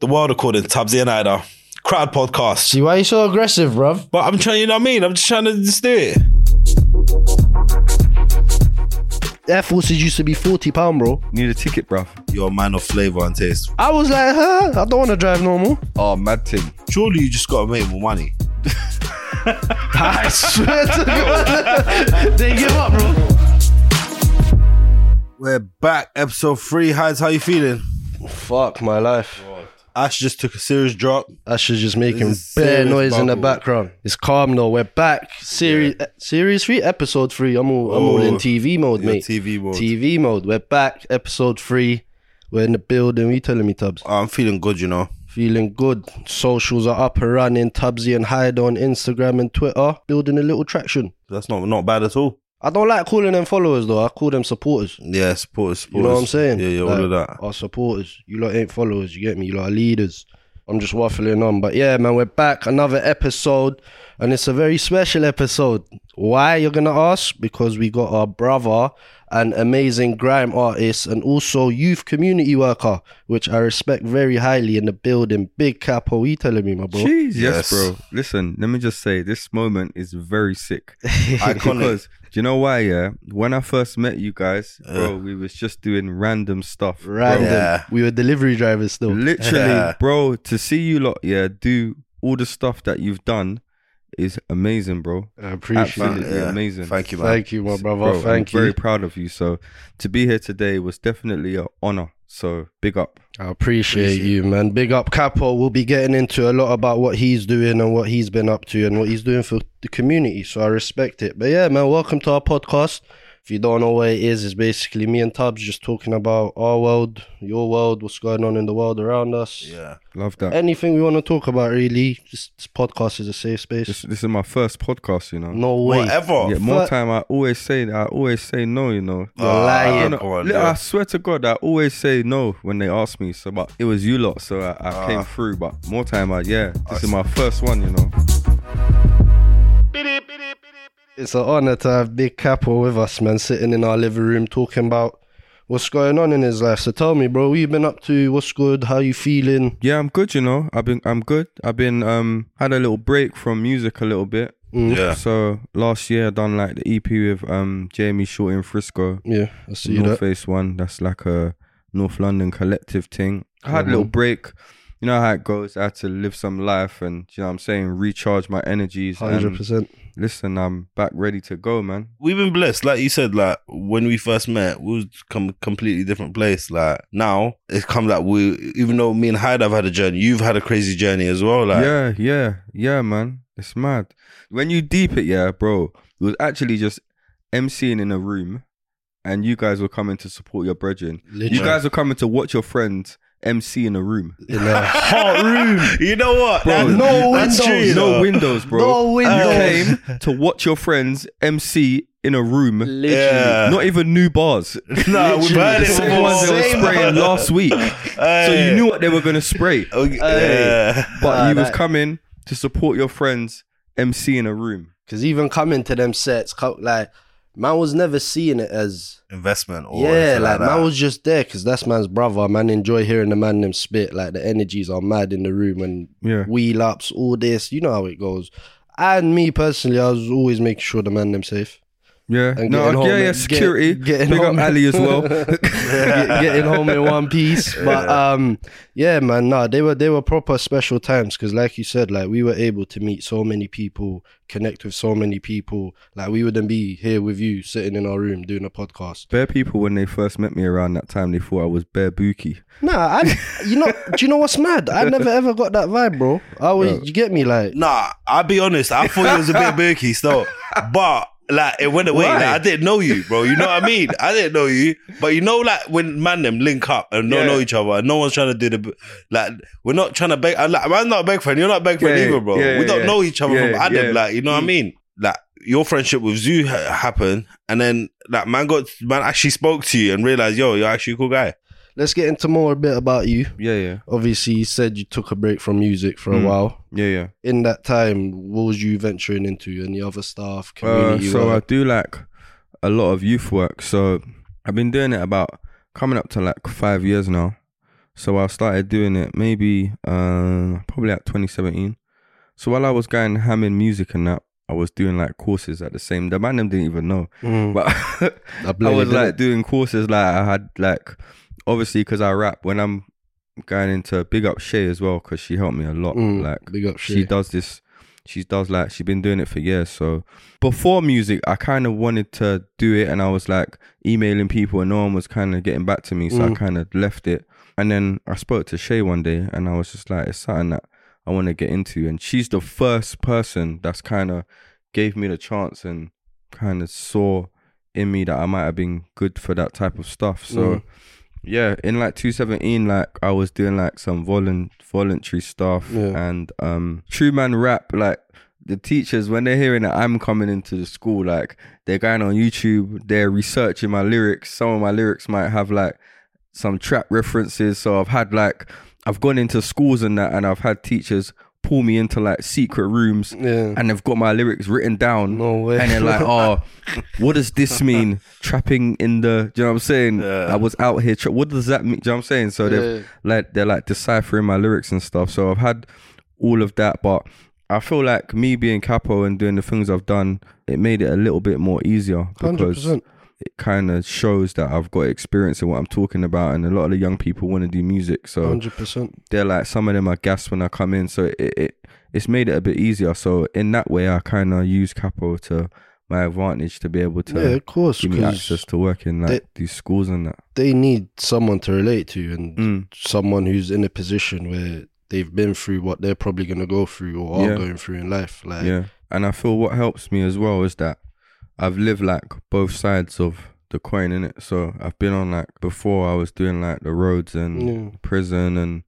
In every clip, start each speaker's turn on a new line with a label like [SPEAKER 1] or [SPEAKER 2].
[SPEAKER 1] The world according to Tabsy and Ida. Crowd podcast.
[SPEAKER 2] See why you so aggressive, bruv?
[SPEAKER 1] But I'm trying, you know what I mean? I'm just trying to just do it.
[SPEAKER 3] Air Forces used to be forty pound, bro.
[SPEAKER 4] Need a ticket, bruv.
[SPEAKER 1] You're a man of flavour and taste.
[SPEAKER 3] I was like, huh? I don't want to drive normal.
[SPEAKER 4] Oh, mad thing.
[SPEAKER 1] Surely you just gotta make more money.
[SPEAKER 3] I swear to God, they give up, bro.
[SPEAKER 1] We're back, episode three. Hides, how you feeling?
[SPEAKER 3] Fuck my life.
[SPEAKER 1] Ash just took a serious drop.
[SPEAKER 3] That should just make him
[SPEAKER 1] This is
[SPEAKER 3] bare
[SPEAKER 1] serious
[SPEAKER 3] noise in the
[SPEAKER 1] bubble.
[SPEAKER 3] background. It's calm though. We're back. Series eh, series three, episode three. I'm all, I'm all in
[SPEAKER 1] Oh,
[SPEAKER 3] TV mode,
[SPEAKER 1] your
[SPEAKER 3] mate.
[SPEAKER 1] TV mode.
[SPEAKER 3] TV mode. We're back. Episode three. We're in the building. You telling me, Tubbs?
[SPEAKER 1] I'm feeling good, you know.
[SPEAKER 3] Feeling good. Socials are up and running. Tubbsy and Hyde on Instagram and Twitter. Building a little traction.
[SPEAKER 1] That's not not bad at all.
[SPEAKER 3] I don't like calling them followers though. I call them supporters.
[SPEAKER 1] Yeah, supporters,
[SPEAKER 3] You know what I'm saying?
[SPEAKER 1] Yeah, yeah,
[SPEAKER 3] Like,
[SPEAKER 1] all of that.
[SPEAKER 3] Our supporters. You lot ain't followers, you get me? You lot are leaders. I'm just waffling on. But yeah, man, we're back. Another episode. And it's a very special episode. Why, you're going to ask? Because we got our brother, an amazing grime artist, and also youth community worker, which I respect very highly in the building. Big capo, you telling me, my bro?
[SPEAKER 4] Jeez, yes,
[SPEAKER 1] Yes.
[SPEAKER 4] bro. Listen, let me just say this moment is very sick.
[SPEAKER 1] Iconic.
[SPEAKER 4] Because do you know why? Yeah, when I first met you guys, bro, we was just doing random stuff. bro.
[SPEAKER 3] Random.
[SPEAKER 1] Yeah.
[SPEAKER 3] We were delivery drivers still.
[SPEAKER 4] Literally,
[SPEAKER 1] Yeah.
[SPEAKER 4] bro. To see you lot, yeah, do all the stuff that you've done is amazing, bro.
[SPEAKER 3] I appreciate
[SPEAKER 4] Absolutely
[SPEAKER 3] it.
[SPEAKER 1] Yeah.
[SPEAKER 4] amazing.
[SPEAKER 1] Thank you, man.
[SPEAKER 3] Thank you, my brother.
[SPEAKER 4] Bro,
[SPEAKER 3] Thank
[SPEAKER 4] I'm
[SPEAKER 3] you.
[SPEAKER 4] Very proud of you. So to be here today was definitely an honor. So big up.
[SPEAKER 3] I appreciate, you, man. Big up Capo. We'll be getting into a lot about what he's doing and what he's been up to and what he's doing for the community. So I respect it. But yeah, man, welcome to our podcast. If you don't know what it is, it's basically me and Tubbs just talking about our world, your world, what's going on in the world around us.
[SPEAKER 1] Yeah.
[SPEAKER 4] Love that.
[SPEAKER 3] Anything we want to talk about, really. This, this podcast is a safe
[SPEAKER 4] This,
[SPEAKER 3] space.
[SPEAKER 4] this is my first podcast, you know.
[SPEAKER 3] No way.
[SPEAKER 1] Whatever.
[SPEAKER 4] Yeah, more
[SPEAKER 3] fuck.
[SPEAKER 4] time. I always say that. I always say no. You know.
[SPEAKER 3] You're
[SPEAKER 1] Ah,
[SPEAKER 3] lying.
[SPEAKER 4] I, don't
[SPEAKER 1] come
[SPEAKER 4] know.
[SPEAKER 1] on,
[SPEAKER 4] Li-
[SPEAKER 1] yeah.
[SPEAKER 4] I swear to God, I always say no when they ask me. So, but it was you lot, so I, I came
[SPEAKER 1] Ah.
[SPEAKER 4] through. But more time, I yeah, this is my first one, you know.
[SPEAKER 3] It's an honor to have Big Capo with us, man, sitting in our living room talking about what's going on in his life. So tell me, bro, what you been up to? What's good? How you feeling?
[SPEAKER 4] Yeah, I'm good, you know. I've been, I'm good. I've been, um, had a little break from music a little bit.
[SPEAKER 1] Yeah.
[SPEAKER 4] So last year, I done like the EP with um Jamie Short in Frisco,
[SPEAKER 3] Yeah, I see that.
[SPEAKER 4] North Face One. That's like a North London collective thing. Um, I had a little
[SPEAKER 3] Mhm.
[SPEAKER 4] break. You know how it goes. I had to live some life, and you know what I'm saying, recharge my energies. and-
[SPEAKER 3] Hundred percent.
[SPEAKER 4] Listen, I'm back ready to go, man.
[SPEAKER 1] We've been blessed, like you said. Like when we first met, we was come completely different place. Like now, it's come that we, even though me and Hyde have had a journey, you've had a crazy journey as well. Like
[SPEAKER 4] yeah, yeah, yeah, man. It's mad. When you deep it, yeah, bro, it was actually just emceeing in a room and you guys were coming to support your brethren. You
[SPEAKER 3] Literally.
[SPEAKER 4] guys were coming to watch your friends MC in a room.
[SPEAKER 3] In a-
[SPEAKER 1] hot room. You know what?
[SPEAKER 4] Bro,
[SPEAKER 1] That-
[SPEAKER 3] no
[SPEAKER 1] that's
[SPEAKER 3] windows,
[SPEAKER 1] true, you
[SPEAKER 4] no
[SPEAKER 1] know.
[SPEAKER 4] windows, bro.
[SPEAKER 3] No windows.
[SPEAKER 4] You came to watch your friends MC in a room.
[SPEAKER 3] Uh.
[SPEAKER 1] Yeah.
[SPEAKER 4] Not even new bars.
[SPEAKER 1] Nah, we've heard
[SPEAKER 4] The
[SPEAKER 1] it
[SPEAKER 4] same
[SPEAKER 1] before.
[SPEAKER 4] ones they were
[SPEAKER 1] Same
[SPEAKER 4] spraying
[SPEAKER 1] one.
[SPEAKER 4] last week. So
[SPEAKER 1] Hey.
[SPEAKER 4] you knew what they were going to spray.
[SPEAKER 1] Okay, yeah.
[SPEAKER 4] But
[SPEAKER 3] Ah,
[SPEAKER 4] you was
[SPEAKER 3] that-
[SPEAKER 4] coming to support your friends MC in a room.
[SPEAKER 3] Cause even coming to them sets, co- like man was never seeing it as
[SPEAKER 1] investment or
[SPEAKER 3] yeah,
[SPEAKER 1] anything
[SPEAKER 3] like,
[SPEAKER 1] Oh, that.
[SPEAKER 3] man was just there because that's man's brother. Man enjoy hearing the man them spit. Like the energies are mad in the room and
[SPEAKER 4] Yeah.
[SPEAKER 3] wheel ups, all this. You know how it goes. And me personally, I was always making sure the man them safe.
[SPEAKER 4] Yeah.
[SPEAKER 3] And
[SPEAKER 4] No,
[SPEAKER 3] getting home
[SPEAKER 4] yeah, yeah,
[SPEAKER 3] and-
[SPEAKER 4] security.
[SPEAKER 3] get- getting
[SPEAKER 4] Big
[SPEAKER 3] home.
[SPEAKER 4] up Ali as well.
[SPEAKER 3] Get- getting home in one piece. But um, yeah, man, nah, they were they were proper special times because, like you said, like we were able to meet so many people, connect with so many people. Like we wouldn't be here with you sitting in our room doing a podcast.
[SPEAKER 4] Bare people when they first met me around that time, they thought I was bare bookie.
[SPEAKER 3] Nah, I, you know, do you know what's mad? I never ever got that vibe, bro. I always, you get me, like.
[SPEAKER 1] Nah, I'll be honest. I thought you was a bit murky still, but like it went away.
[SPEAKER 4] Why?
[SPEAKER 1] Like, I didn't know you, bro. You know what I mean? I didn't know you, but you know, like when man them link up and don't
[SPEAKER 4] Yeah.
[SPEAKER 1] know each other, and no one's trying to do the like. We're not trying to beg. I, like, I'm not a beg friend. You're not a beg friend
[SPEAKER 4] Yeah,
[SPEAKER 1] either, bro.
[SPEAKER 4] yeah,
[SPEAKER 1] we don't
[SPEAKER 4] yeah.
[SPEAKER 1] know each other
[SPEAKER 4] Yeah,
[SPEAKER 1] from Adam.
[SPEAKER 4] yeah. Mm.
[SPEAKER 1] Like you know what I mean? Like your friendship with Zoo ha- happened, and then like man got man actually spoke to you and realized, yo, you're actually a cool guy.
[SPEAKER 3] Let's get into more a bit about you.
[SPEAKER 4] Yeah, yeah.
[SPEAKER 3] Obviously, you said you took a break from music for a
[SPEAKER 4] Mm.
[SPEAKER 3] while.
[SPEAKER 4] Yeah, yeah.
[SPEAKER 3] in that time, what was you venturing into? Any other stuff?
[SPEAKER 4] Uh,
[SPEAKER 3] Community
[SPEAKER 4] so I
[SPEAKER 3] work?
[SPEAKER 4] do like a lot of youth work. So I've been doing it about coming up to like five years now. So I started doing it maybe uh, probably like 2017. So while I was going ham in music and that, I was doing like courses at the same. The man them didn't even know,
[SPEAKER 3] Mm.
[SPEAKER 4] but
[SPEAKER 3] I,
[SPEAKER 4] I
[SPEAKER 3] blame
[SPEAKER 4] was
[SPEAKER 3] you,
[SPEAKER 4] like
[SPEAKER 3] didn't
[SPEAKER 4] doing courses. Like I had like obviously because I rap when I'm going into big up Shay as well because she helped me a lot.
[SPEAKER 3] I? Mm,
[SPEAKER 4] Like
[SPEAKER 3] big up
[SPEAKER 4] she
[SPEAKER 3] shit.
[SPEAKER 4] does this. She does like she's been doing it for years. So before music, I kind of wanted to do it, and I was like emailing people, and no one was kind of getting back to me. So I
[SPEAKER 3] Mm.
[SPEAKER 4] kind of left it. And then I spoke to Shay one day, and I was just like, it's something that I want to get into. And she's the first person that's kind of gave me the chance and kind of saw in me that I might have been good for that type of stuff. So
[SPEAKER 3] Mm.
[SPEAKER 4] yeah, in like 2017, like I was doing like some volun- voluntary stuff
[SPEAKER 3] Yeah.
[SPEAKER 4] and um True Man Rap, like the teachers when they're hearing that I'm coming into the school, like they're going on YouTube, they're researching my lyrics. Some of my lyrics might have like some trap references. So I've had like I've gone into schools and that and I've had teachers pull me into like secret rooms
[SPEAKER 3] Yeah.
[SPEAKER 4] and they've got my lyrics written down.
[SPEAKER 3] No way.
[SPEAKER 4] And they're like, oh, what does this mean? Trapping in the, do you know what I'm saying?
[SPEAKER 1] Yeah.
[SPEAKER 4] I was out here. Tra- what does that mean? Do you know what I'm saying? So they're
[SPEAKER 3] Yeah.
[SPEAKER 4] like, they're like deciphering my lyrics and stuff. So I've had all of that, but I feel like me being capo and doing the things I've done, it made it a little bit more easier because
[SPEAKER 3] 100%.
[SPEAKER 4] it kind of shows that I've got experience in what I'm talking about, and a lot of the young people want to do music. So
[SPEAKER 3] 100%.
[SPEAKER 4] they're like some of them are gassed when I come in, so it, it it's made it a bit easier. So in that way, I kind of use capo to my advantage to be able to
[SPEAKER 3] Yeah, of course.
[SPEAKER 4] give me
[SPEAKER 3] 'cause
[SPEAKER 4] access to work in like
[SPEAKER 3] they-
[SPEAKER 4] these schools and that.
[SPEAKER 3] they need someone to relate to and
[SPEAKER 4] Mm.
[SPEAKER 3] someone who's in a position where they've been through what they're probably going to go through or are
[SPEAKER 4] Yeah.
[SPEAKER 3] going through in life. Like,
[SPEAKER 4] Yeah, and I feel what helps me as well is that I've lived like both sides of the coin in it. So I've been on like before I was doing like the roads and
[SPEAKER 3] yeah.
[SPEAKER 4] prison and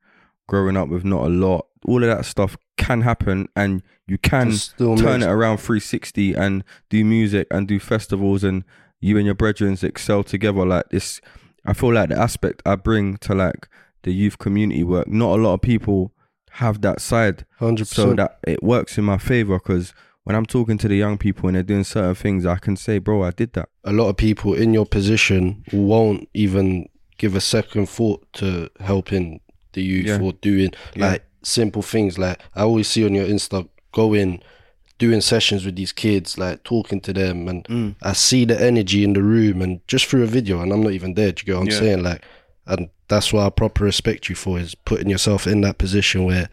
[SPEAKER 4] growing up with not a lot. All of that stuff can happen, and you can
[SPEAKER 3] Just still
[SPEAKER 4] turn it
[SPEAKER 3] makes-
[SPEAKER 4] around 360 and do music and do festivals and you and your brethrens excel together like this i feel like the aspect i bring to like the youth community work not a lot of people have that side
[SPEAKER 3] 100%.
[SPEAKER 4] so that it works in my favor because when i'm talking to the young people and they're doing certain things i can say bro i did that
[SPEAKER 3] a lot of people in your position won't even give a second thought to helping the youth
[SPEAKER 4] Yeah.
[SPEAKER 3] or doing
[SPEAKER 4] Yeah.
[SPEAKER 3] like simple things. Like I always see on your Insta going doing sessions with these kids, like talking to them and
[SPEAKER 4] Mm.
[SPEAKER 3] I see the energy in the room and just through a video and I'm not even there, do you get what I'm
[SPEAKER 4] Yeah.
[SPEAKER 3] saying? Like and that's what I proper respect you for is putting yourself in that position where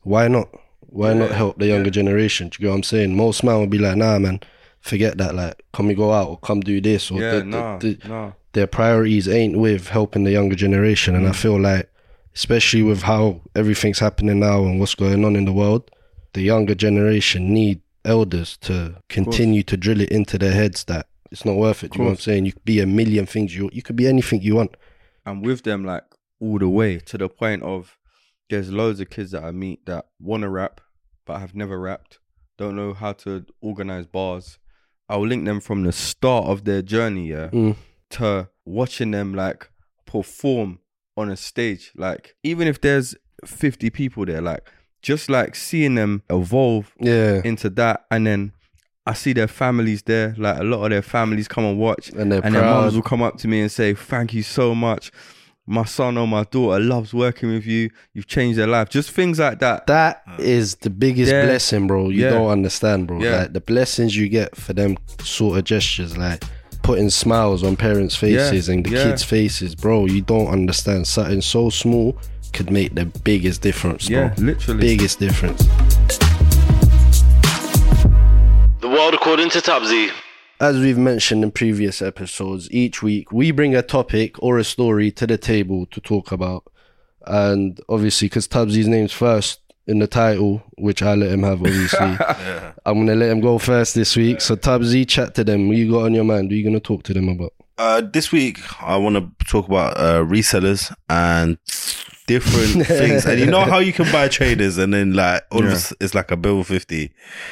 [SPEAKER 3] why not? Why not help the younger generation? Do you get what I'm saying? Most man would be like, nah man, forget that. Like, can we go out or come do this? Or
[SPEAKER 4] yeah
[SPEAKER 3] the- the-
[SPEAKER 4] nah
[SPEAKER 3] the-
[SPEAKER 4] nah
[SPEAKER 3] their priorities ain't with helping the younger generation.
[SPEAKER 4] Mm.
[SPEAKER 3] And I feel like, especially with how everything's happening now and what's going on in the world, the younger generation need elders to continue to drill it into their heads that it's not worth it. Do you know what I'm
[SPEAKER 4] Course.
[SPEAKER 3] saying? You could be a million things. You you could be anything you want.
[SPEAKER 4] I'm with them like all the way to the point of there's loads of kids that I meet that want to rap but have never rapped, don't know how to organize bars. I'll link them from the start of their journey, yeah,
[SPEAKER 3] Mm.
[SPEAKER 4] to watching them like perform on a stage. Like even if there's 50 people there, like just like seeing them evolve
[SPEAKER 3] Yeah.
[SPEAKER 4] into that, and then I see their families there. Like a lot of their families come and watch,
[SPEAKER 3] And they're
[SPEAKER 4] and their
[SPEAKER 3] proud.
[SPEAKER 4] moms will come up to me and say, "Thank you so much, my son or my daughter loves working with you. You've changed their life." Just things like that.
[SPEAKER 3] That is the biggest
[SPEAKER 4] Uh, Yeah.
[SPEAKER 3] blessing, bro. You
[SPEAKER 4] Yeah.
[SPEAKER 3] don't understand, bro.
[SPEAKER 4] Yeah.
[SPEAKER 3] Like the blessings you get for them sort of gestures, like putting smiles on parents' faces and the
[SPEAKER 4] yeah.
[SPEAKER 3] kids' faces, bro. You don't understand. Something so small could make the biggest difference, bro.
[SPEAKER 4] yeah, literally.
[SPEAKER 3] Biggest difference.
[SPEAKER 2] The world according to Tabzi.
[SPEAKER 3] As we've mentioned in previous episodes, each week we bring a topic or a story to the table to talk about. And obviously, because Tabsy's name's first in the title, which I let him have, obviously, I'm going to let him go first this week. So, Tabsy, chat to them. What you got on your mind? What are you going to talk to them about?
[SPEAKER 1] Uh, this week I want to talk about uh, resellers and different things. And you know how you can buy traders, and then like all of
[SPEAKER 4] Yeah. Oh.
[SPEAKER 1] a s- it's like a bill fifty,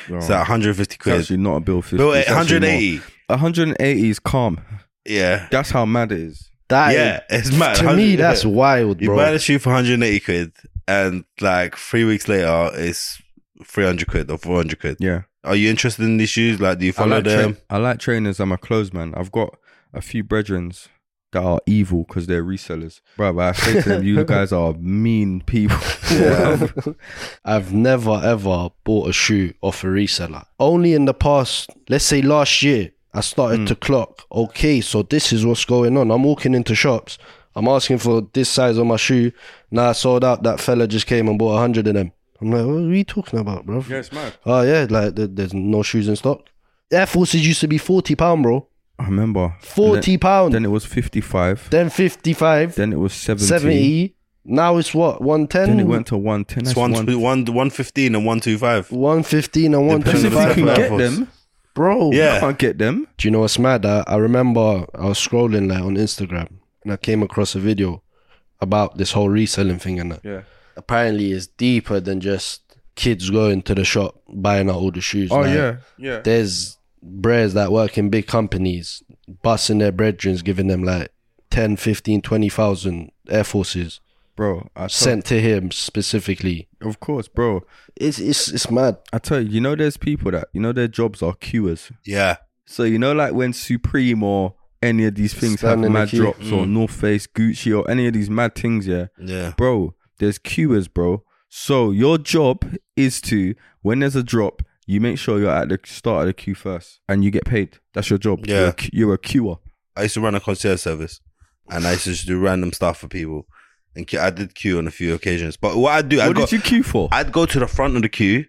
[SPEAKER 4] Yeah.
[SPEAKER 1] it's like one hundred fifty
[SPEAKER 4] It's
[SPEAKER 1] quid.
[SPEAKER 4] actually not a bill fifty.
[SPEAKER 1] Bill
[SPEAKER 4] it's
[SPEAKER 1] eight
[SPEAKER 4] actually
[SPEAKER 1] hundred
[SPEAKER 4] more.
[SPEAKER 1] eighty.
[SPEAKER 4] 180 is calm.
[SPEAKER 1] Yeah,
[SPEAKER 4] That's how mad it is.
[SPEAKER 3] That
[SPEAKER 1] yeah, it's mad.
[SPEAKER 3] to
[SPEAKER 1] 100
[SPEAKER 3] me, that's
[SPEAKER 1] yeah.
[SPEAKER 3] wild,
[SPEAKER 1] you
[SPEAKER 3] bro.
[SPEAKER 1] buy the shoe for one hundred eighty quid, and like three weeks later it's three hundred quid or four hundred quid.
[SPEAKER 4] Yeah.
[SPEAKER 1] Are you interested in these shoes? Like, do you
[SPEAKER 4] I
[SPEAKER 1] follow
[SPEAKER 4] like,
[SPEAKER 1] them?
[SPEAKER 4] tra- I like trainers. I'm a clothes man. I've got a few brethrens that are evil because they're resellers. Bruv, I say to them, you guys are mean people.
[SPEAKER 3] I've never ever bought a shoe off a reseller. Only in the past, let's say last year, I
[SPEAKER 4] Hmm.
[SPEAKER 3] started to clock. Okay, so this is what's going on. I'm walking into shops. I'm asking for this size on my shoe. Now I sold out. That fella just came and bought a hundred of them. I'm like, what are you talking about, bro?
[SPEAKER 4] Yeah, it's mad.
[SPEAKER 3] Oh yeah, like th- there's no shoes in stock. Air Forces used to be forty pound, bro.
[SPEAKER 4] I remember.
[SPEAKER 3] Forty pound. Then,
[SPEAKER 4] Then, then it was 55.
[SPEAKER 3] fifty five.
[SPEAKER 4] Then it was 70.
[SPEAKER 3] 70. Now it's what? 110?
[SPEAKER 4] Then it went to 110.
[SPEAKER 1] It's
[SPEAKER 4] That's
[SPEAKER 1] one,
[SPEAKER 4] one-
[SPEAKER 1] two- one, 115 and 125.
[SPEAKER 3] 115 and
[SPEAKER 1] Depends
[SPEAKER 4] That's if
[SPEAKER 1] on the
[SPEAKER 3] 125.
[SPEAKER 4] you can
[SPEAKER 1] Air
[SPEAKER 4] get
[SPEAKER 1] Force.
[SPEAKER 4] them.
[SPEAKER 3] Bro.
[SPEAKER 1] Yeah.
[SPEAKER 4] You can't get them.
[SPEAKER 3] Do you know what's mad? I, I remember I was scrolling like on Instagram and I came across a video about this whole reselling thing and that.
[SPEAKER 4] Yeah.
[SPEAKER 3] Apparently it's deeper than just kids going to the shop buying out all the shoes.
[SPEAKER 4] Oh,
[SPEAKER 3] Like,
[SPEAKER 4] yeah. Yeah.
[SPEAKER 3] There's bres that work in big companies busting their brethren, giving them like 10, 15, 20,000 Air Forces
[SPEAKER 4] Bro, I tell,
[SPEAKER 3] sent to him specifically.
[SPEAKER 4] of course, bro.
[SPEAKER 3] It's, it's, it's mad.
[SPEAKER 4] I tell you, you know, there's people that, you know, their jobs are queuers.
[SPEAKER 1] Yeah.
[SPEAKER 4] So you know, like when Supreme or any of these things
[SPEAKER 3] Stand in
[SPEAKER 4] have
[SPEAKER 3] the
[SPEAKER 4] mad
[SPEAKER 3] queue.
[SPEAKER 4] drops or
[SPEAKER 1] Mm.
[SPEAKER 4] North Face, Gucci or any of these mad things, yeah,
[SPEAKER 1] Yeah.
[SPEAKER 4] bro. There's queuers, bro. So your job is to when there's a drop, you make sure you're at the start of the queue first, and you get paid. That's your job.
[SPEAKER 1] Yeah.
[SPEAKER 4] you're a, que- you're a queuer.
[SPEAKER 1] I used to run a concierge service, and I used to just do random stuff for people, and que- I did queue on a few occasions. But what I do, I
[SPEAKER 4] What
[SPEAKER 1] go,
[SPEAKER 4] did you queue for?
[SPEAKER 1] I'd go to the front of the queue,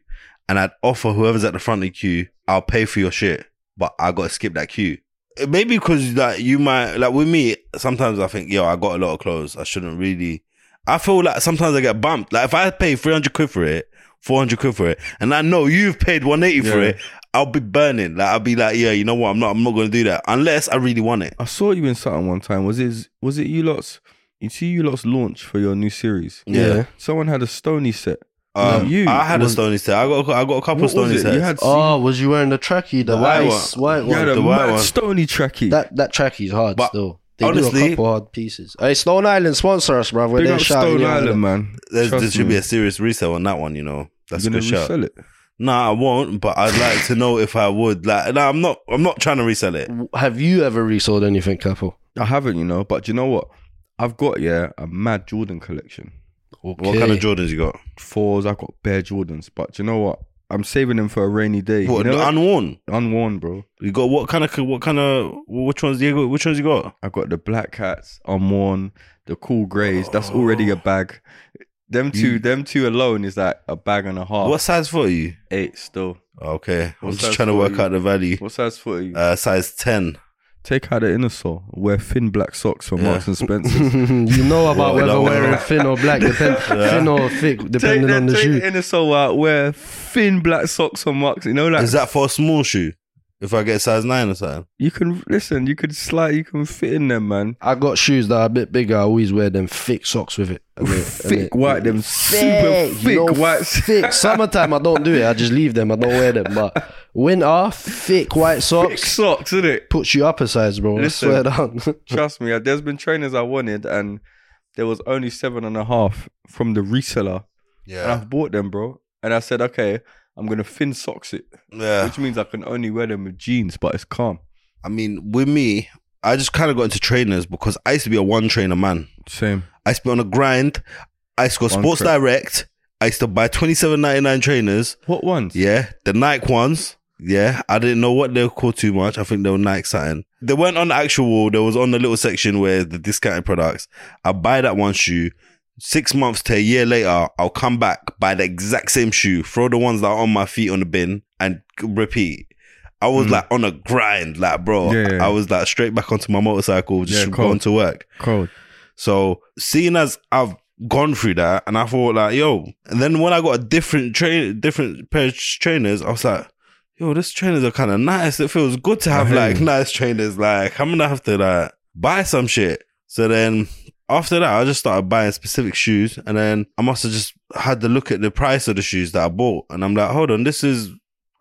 [SPEAKER 1] and I'd offer whoever's at the front of the queue, I'll pay for your shit, but I got to skip that queue. Uh, Maybe because like you might like with me, sometimes I think yo, I got a lot of clothes, I shouldn't really. I feel like sometimes I get bumped. Like if I pay three hundred quid for it, four hundred quid for it, and I know you've paid one eighty for
[SPEAKER 4] Yeah.
[SPEAKER 1] it. I'll be burning. Like I'll be like, yeah, you know what? I'm not. I'm not gonna do that unless I really want it.
[SPEAKER 4] I saw you in something one time. Was it was it you lots? You see you lots launch for your new series.
[SPEAKER 3] Yeah.
[SPEAKER 4] Someone had a stony set.
[SPEAKER 1] Um,
[SPEAKER 4] you.
[SPEAKER 1] I had a
[SPEAKER 4] Was-
[SPEAKER 1] stony set. I got a, I got a couple
[SPEAKER 4] What was
[SPEAKER 1] stony
[SPEAKER 4] it?
[SPEAKER 1] sets.
[SPEAKER 4] You had
[SPEAKER 3] Oh, was you wearing the trackie, the,
[SPEAKER 1] The white
[SPEAKER 3] ice white
[SPEAKER 4] you
[SPEAKER 3] one?
[SPEAKER 4] had a
[SPEAKER 1] the white
[SPEAKER 4] mad
[SPEAKER 1] one.
[SPEAKER 4] stony trackie.
[SPEAKER 3] that that trackie's hard
[SPEAKER 1] But
[SPEAKER 3] still. They do a
[SPEAKER 1] honestly-
[SPEAKER 3] couple hard pieces. Hey, Stone Island sponsor us, bro. We're
[SPEAKER 4] Big
[SPEAKER 3] there
[SPEAKER 4] up
[SPEAKER 3] shouting
[SPEAKER 4] Stone
[SPEAKER 3] you out.
[SPEAKER 4] Island, man.
[SPEAKER 1] There's,
[SPEAKER 4] Trust
[SPEAKER 1] there should
[SPEAKER 4] me.
[SPEAKER 1] be a serious resale on that one. You know, that's a
[SPEAKER 4] You're
[SPEAKER 1] good
[SPEAKER 4] gonna
[SPEAKER 1] shout.
[SPEAKER 4] resell it.
[SPEAKER 1] Nah, I won't. But I'd like to know if I would. Like, nah, I'm not. I'm not trying to resell it.
[SPEAKER 3] Have you ever resold anything, couple?
[SPEAKER 4] I haven't, you know, but do you know what? I've got yeah a mad Jordan collection.
[SPEAKER 3] Okay.
[SPEAKER 1] What kind of Jordans you got?
[SPEAKER 4] Fours, I've got bare Jordans, but do you know what? I'm saving them for a rainy day.
[SPEAKER 1] What,
[SPEAKER 4] you know, like-
[SPEAKER 1] unworn?
[SPEAKER 4] unworn, bro.
[SPEAKER 1] You got what kind of? What kind of? Which ones? You got? Which ones you got?
[SPEAKER 4] I got the black hats, unworn, the cool greys. That's already a bag. Them two, them two alone is like a bag and a half.
[SPEAKER 1] What size foot are you?
[SPEAKER 4] eight still?
[SPEAKER 1] Okay, I'm
[SPEAKER 4] Oh. What
[SPEAKER 1] just
[SPEAKER 4] size
[SPEAKER 1] trying to
[SPEAKER 4] foot
[SPEAKER 1] work
[SPEAKER 4] you-
[SPEAKER 1] out the value.
[SPEAKER 4] What size foot are you?
[SPEAKER 1] Uh, size ten.
[SPEAKER 4] Take out the inner sole. Wear thin black socks from
[SPEAKER 1] Yeah.
[SPEAKER 4] Marks and Spencer's.
[SPEAKER 3] you know about
[SPEAKER 1] Well,
[SPEAKER 3] whether
[SPEAKER 1] no,
[SPEAKER 3] wearing
[SPEAKER 1] no.
[SPEAKER 3] thin or black, depend, thin or thick,
[SPEAKER 4] take
[SPEAKER 3] depending
[SPEAKER 4] the,
[SPEAKER 3] on the
[SPEAKER 4] take
[SPEAKER 3] shoe.
[SPEAKER 4] the inner sole out. Wear thin black socks from Marks. You know, like
[SPEAKER 1] Is that for a small shoe? If I get size nine or something,
[SPEAKER 4] You can listen. You can slide. You can fit in there, man.
[SPEAKER 3] I got shoes that are a bit bigger. I always wear them thick socks with it. And it- and
[SPEAKER 4] Thick
[SPEAKER 3] it-
[SPEAKER 4] white, them super
[SPEAKER 3] you
[SPEAKER 4] thick
[SPEAKER 3] know,
[SPEAKER 4] white.
[SPEAKER 3] Thick. Summertime, I don't do it. I just leave them. I don't wear them. But winter, thick white
[SPEAKER 4] Thick
[SPEAKER 3] socks
[SPEAKER 4] socks, is it?
[SPEAKER 3] puts you up a size, bro.
[SPEAKER 4] Listen.
[SPEAKER 3] I swear down.
[SPEAKER 4] Trust me. There's been trainers I wanted, and there was only seven and a half from the reseller, and
[SPEAKER 1] yeah,
[SPEAKER 4] I've bought them, bro. And I said, okay, I'm gonna thin socks it,
[SPEAKER 1] yeah.
[SPEAKER 4] which means I can only wear them with jeans, but it's calm.
[SPEAKER 1] I mean, with me, I just kind of got into trainers because I used to be a one trainer man.
[SPEAKER 4] Same.
[SPEAKER 1] I used to be on a grind. I used to go
[SPEAKER 4] One
[SPEAKER 1] Sports
[SPEAKER 4] train-
[SPEAKER 1] Direct. I used to buy twenty seven ninety nine trainers.
[SPEAKER 4] What ones?
[SPEAKER 1] Yeah, the Nike ones. Yeah, I didn't know what they were called too much. I think they were Nike something. They weren't on the actual wall. They was on the little section where the discounted products. I buy that one shoe. Six months to a year later, I'll come back, buy the exact same shoe, throw the ones that are on my feet on the bin, and repeat. I was like on a grind, like bro.
[SPEAKER 4] Mm. Yeah, yeah.
[SPEAKER 1] I was like straight back onto my motorcycle, just
[SPEAKER 4] Yeah, cool.
[SPEAKER 1] going to work.
[SPEAKER 4] Cold.
[SPEAKER 1] So seeing as I've gone through that, and I thought like, yo, and then when I got a different train, different pair of trainers, I was like, yo, this trainers are kind of nice. It feels good to have
[SPEAKER 4] hear
[SPEAKER 1] like
[SPEAKER 4] you.
[SPEAKER 1] nice trainers. Like I'm gonna have to like buy some shit. So then after that, I just started buying specific shoes, and then I must have just had to look at the price of the shoes that I bought, and I'm like, hold on, this is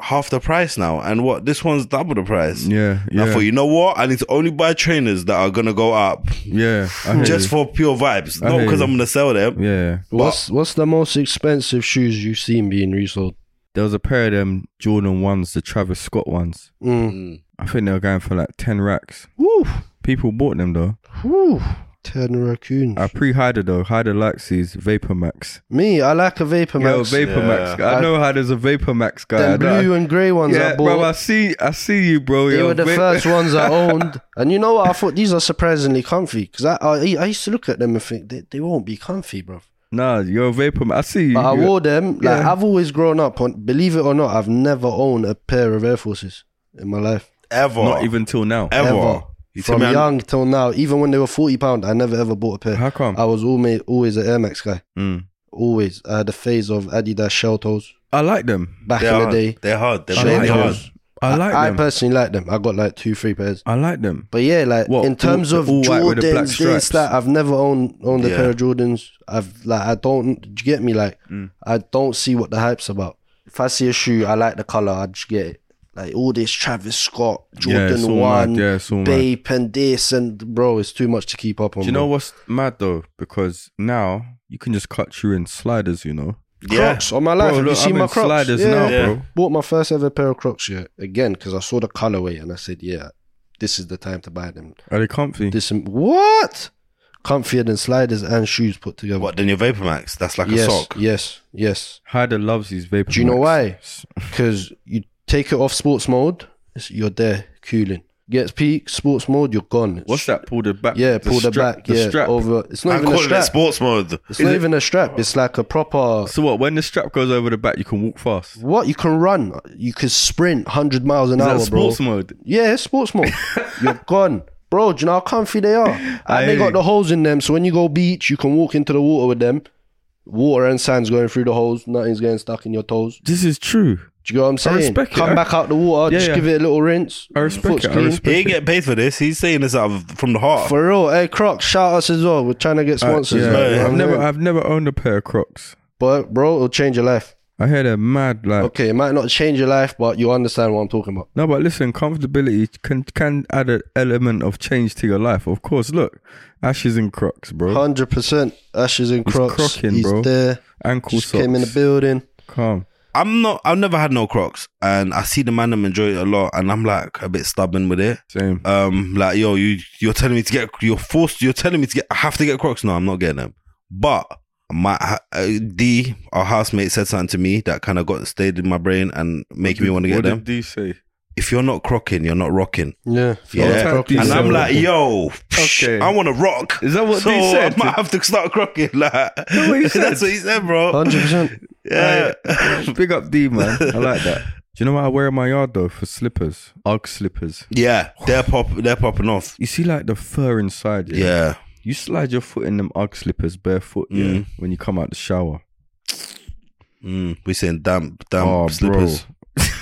[SPEAKER 1] half the price now, and what this one's double the price.
[SPEAKER 4] Yeah.
[SPEAKER 1] And I
[SPEAKER 4] Yeah.
[SPEAKER 1] thought, you know what? I need to only buy trainers that are gonna go up
[SPEAKER 4] yeah. I hear
[SPEAKER 1] just
[SPEAKER 4] you.
[SPEAKER 1] for pure vibes,
[SPEAKER 4] I
[SPEAKER 1] not
[SPEAKER 4] hear
[SPEAKER 1] because
[SPEAKER 4] you.
[SPEAKER 1] I'm gonna sell them.
[SPEAKER 4] Yeah.
[SPEAKER 3] what's what's the most expensive shoes you've seen being resold?
[SPEAKER 4] There was a pair of them Jordan ones, the Travis Scott ones.
[SPEAKER 3] Mm.
[SPEAKER 1] Mm.
[SPEAKER 4] I think they were going for like ten racks.
[SPEAKER 3] Woo.
[SPEAKER 4] People bought them though.
[SPEAKER 3] Whew. Ten raccoons.
[SPEAKER 4] I pre-Hyder though. Hyder likes these Vapor Max.
[SPEAKER 3] Uh, Me, I like a Vapor
[SPEAKER 4] Yo,
[SPEAKER 3] Max.
[SPEAKER 4] Vapor Max. I
[SPEAKER 3] I-
[SPEAKER 4] know how there's a Vapor Max guy. I
[SPEAKER 3] Them
[SPEAKER 4] know- I-
[SPEAKER 3] blue and grey ones
[SPEAKER 4] yeah,
[SPEAKER 3] I bought.
[SPEAKER 4] bro. I see. I see you, bro.
[SPEAKER 3] They
[SPEAKER 4] yo,
[SPEAKER 3] were the
[SPEAKER 4] Va-
[SPEAKER 3] first ones I owned. And you know what? I thought these are surprisingly comfy because I, I I used to look at them and think they, they won't be comfy, bro.
[SPEAKER 4] Nah, you're a Vapor Max. I see you.
[SPEAKER 3] But I
[SPEAKER 4] you-
[SPEAKER 3] wore them. Like
[SPEAKER 4] Yeah.
[SPEAKER 3] I've always grown up on. Believe it or not, I've never owned a pair of Air Forces in my life
[SPEAKER 1] Ever.
[SPEAKER 4] Not even till now.
[SPEAKER 1] Ever.
[SPEAKER 3] ever.
[SPEAKER 1] You tell
[SPEAKER 3] From
[SPEAKER 1] me I-
[SPEAKER 3] young till now, even when they were forty pound, I never ever bought a pair.
[SPEAKER 4] How come?
[SPEAKER 3] I was always always an Air Max guy.
[SPEAKER 4] Mm.
[SPEAKER 3] Always. I had a phase of Adidas shell toes
[SPEAKER 4] I like them.
[SPEAKER 3] back
[SPEAKER 1] They're
[SPEAKER 3] in the
[SPEAKER 1] hard.
[SPEAKER 3] day.
[SPEAKER 1] They're hard. They're
[SPEAKER 3] Shell
[SPEAKER 1] really hard.
[SPEAKER 3] toes.
[SPEAKER 4] I like
[SPEAKER 3] I,
[SPEAKER 4] them.
[SPEAKER 3] personally like them. I got like two, three pairs.
[SPEAKER 4] I like them.
[SPEAKER 3] But yeah, like
[SPEAKER 4] What, all-
[SPEAKER 3] in terms of
[SPEAKER 4] all white with the black
[SPEAKER 3] Jordans,
[SPEAKER 4] stripes?
[SPEAKER 3] this that I've never owned owned a
[SPEAKER 1] Yeah. Mm.
[SPEAKER 3] pair of Jordans. I've like I don't. Do you get me? Like I don't see what the hype's about. If I see a shoe, I like the color, I just get it. Like all this Travis Scott,
[SPEAKER 4] Yeah, it's
[SPEAKER 3] Jordan
[SPEAKER 4] all mad.
[SPEAKER 3] One,
[SPEAKER 4] Yeah, it's all mad.
[SPEAKER 3] Bape, and this and bro, it's too much to keep up on.
[SPEAKER 4] Do you know
[SPEAKER 3] bro.
[SPEAKER 4] what's mad though? Because now you can just cut through in sliders. You know.
[SPEAKER 1] Yeah.
[SPEAKER 3] Crocs on my life.
[SPEAKER 4] Bro,
[SPEAKER 3] Have
[SPEAKER 4] look,
[SPEAKER 3] you seen
[SPEAKER 4] I'm
[SPEAKER 3] my
[SPEAKER 4] in
[SPEAKER 3] Crocs?
[SPEAKER 4] sliders
[SPEAKER 3] yeah.
[SPEAKER 4] now,
[SPEAKER 1] Yeah.
[SPEAKER 4] bro.
[SPEAKER 3] Bought my first ever pair of Crocs. Yeah, again because I saw the colorway and I said, yeah, this is the time to buy them.
[SPEAKER 4] Are they comfy?
[SPEAKER 3] This what? Comfier than sliders and shoes put together.
[SPEAKER 1] What, then your Vapor Max? That's like
[SPEAKER 3] yes,
[SPEAKER 1] a sock.
[SPEAKER 3] yes, yes.
[SPEAKER 4] Hyder loves these vapor.
[SPEAKER 3] Do you know
[SPEAKER 4] Max.
[SPEAKER 3] Because you take it off sports mode, it's, you're there cooling. Gets peak sports mode, you're gone. It's-
[SPEAKER 4] What's that? Pull the back.
[SPEAKER 3] Yeah,
[SPEAKER 4] the
[SPEAKER 3] pull the
[SPEAKER 4] strap-
[SPEAKER 3] back.
[SPEAKER 4] The
[SPEAKER 3] yeah,
[SPEAKER 4] strap.
[SPEAKER 3] over. It's not
[SPEAKER 1] I'm
[SPEAKER 3] even a
[SPEAKER 1] calling it
[SPEAKER 3] strap.
[SPEAKER 1] sports mode.
[SPEAKER 3] It's not even a strap. It's like a proper.
[SPEAKER 4] So what? When the strap goes over the back, you can walk fast. Is
[SPEAKER 3] What you can run, you can sprint hundred miles an
[SPEAKER 4] that
[SPEAKER 3] hour,
[SPEAKER 4] sports
[SPEAKER 3] bro.
[SPEAKER 4] mode?
[SPEAKER 3] Yeah, it's sports mode. you're gone, bro. Do you know how comfy they are?
[SPEAKER 4] I
[SPEAKER 3] And they
[SPEAKER 4] hear you.
[SPEAKER 3] got the holes in them, so when you go beach, you can walk into the water with them. Water and sand's going through the holes. Nothing's getting stuck in your toes.
[SPEAKER 4] This is true.
[SPEAKER 3] Do you get what I'm saying?
[SPEAKER 4] respect it.
[SPEAKER 3] Come
[SPEAKER 4] I-
[SPEAKER 3] back out the water,
[SPEAKER 4] Yeah,
[SPEAKER 3] just
[SPEAKER 4] yeah.
[SPEAKER 3] give it a little rinse.
[SPEAKER 4] I respect
[SPEAKER 3] foot's
[SPEAKER 4] it. I
[SPEAKER 3] clean.
[SPEAKER 1] He
[SPEAKER 4] respect
[SPEAKER 1] ain't
[SPEAKER 4] it.
[SPEAKER 1] getting paid for this. He's saying this out of, from the heart.
[SPEAKER 3] For real, hey Crocs, shout us as well. We're trying to get sponsors.
[SPEAKER 4] Uh, Yeah,
[SPEAKER 3] man.
[SPEAKER 1] yeah.
[SPEAKER 3] You know
[SPEAKER 4] I've
[SPEAKER 3] what I'm
[SPEAKER 4] never,
[SPEAKER 3] saying?
[SPEAKER 4] I've never owned a pair of Crocs.
[SPEAKER 3] but bro, it'll change your life.
[SPEAKER 4] I hear they're mad. Like
[SPEAKER 3] Okay, it might not change your life, but you understand what I'm talking about.
[SPEAKER 4] No, but listen, comfortability can can add an element of change to your life. Of course, look, Ashes and Crocs, bro.
[SPEAKER 3] Hundred percent. Ashes and
[SPEAKER 4] He's
[SPEAKER 3] Crocs.
[SPEAKER 4] crocking,
[SPEAKER 3] He's
[SPEAKER 4] bro.
[SPEAKER 3] there.
[SPEAKER 4] Ankle
[SPEAKER 3] Just
[SPEAKER 4] socks.
[SPEAKER 3] came in the building.
[SPEAKER 4] Calm.
[SPEAKER 1] I'm not. I've never had no Crocs, and I see the man them enjoy it a lot, and I'm like a bit stubborn with it.
[SPEAKER 4] Same.
[SPEAKER 1] Um, like yo, you you're telling me to get, you're forced, you're telling me to get, I have to get Crocs. No, I'm not getting them. But my uh, D, our housemate, said something to me that kind of got stayed in my brain and making me want to get
[SPEAKER 4] what
[SPEAKER 1] them.
[SPEAKER 4] What did D say?
[SPEAKER 1] if you're not crocking, you're not rocking.
[SPEAKER 3] Yeah.
[SPEAKER 1] Yeah.
[SPEAKER 3] Crocking.
[SPEAKER 1] And
[SPEAKER 4] He's
[SPEAKER 1] I'm
[SPEAKER 4] so
[SPEAKER 1] like,
[SPEAKER 4] rocking.
[SPEAKER 1] yo, psh,
[SPEAKER 4] Okay.
[SPEAKER 1] I want to rock.
[SPEAKER 4] Is that what
[SPEAKER 1] so
[SPEAKER 4] D
[SPEAKER 1] I
[SPEAKER 4] said?
[SPEAKER 1] might have to start crocking. Like,
[SPEAKER 4] what he
[SPEAKER 1] that's
[SPEAKER 4] said.
[SPEAKER 1] what he said, bro.
[SPEAKER 3] hundred percent.
[SPEAKER 1] Yeah.
[SPEAKER 4] Big up D, man. I like that. Do you know what I wear in my yard though for slippers? Ugg slippers.
[SPEAKER 1] Yeah, they're pop, they're popping off.
[SPEAKER 4] You see, like the fur inside. Yeah.
[SPEAKER 1] Yeah,
[SPEAKER 4] You slide your foot in them Ugg slippers barefoot. Yeah.
[SPEAKER 1] Mm.
[SPEAKER 4] When you come out the shower.
[SPEAKER 1] Mm, we saying damp, damp
[SPEAKER 4] Oh,
[SPEAKER 1] Um, slippers.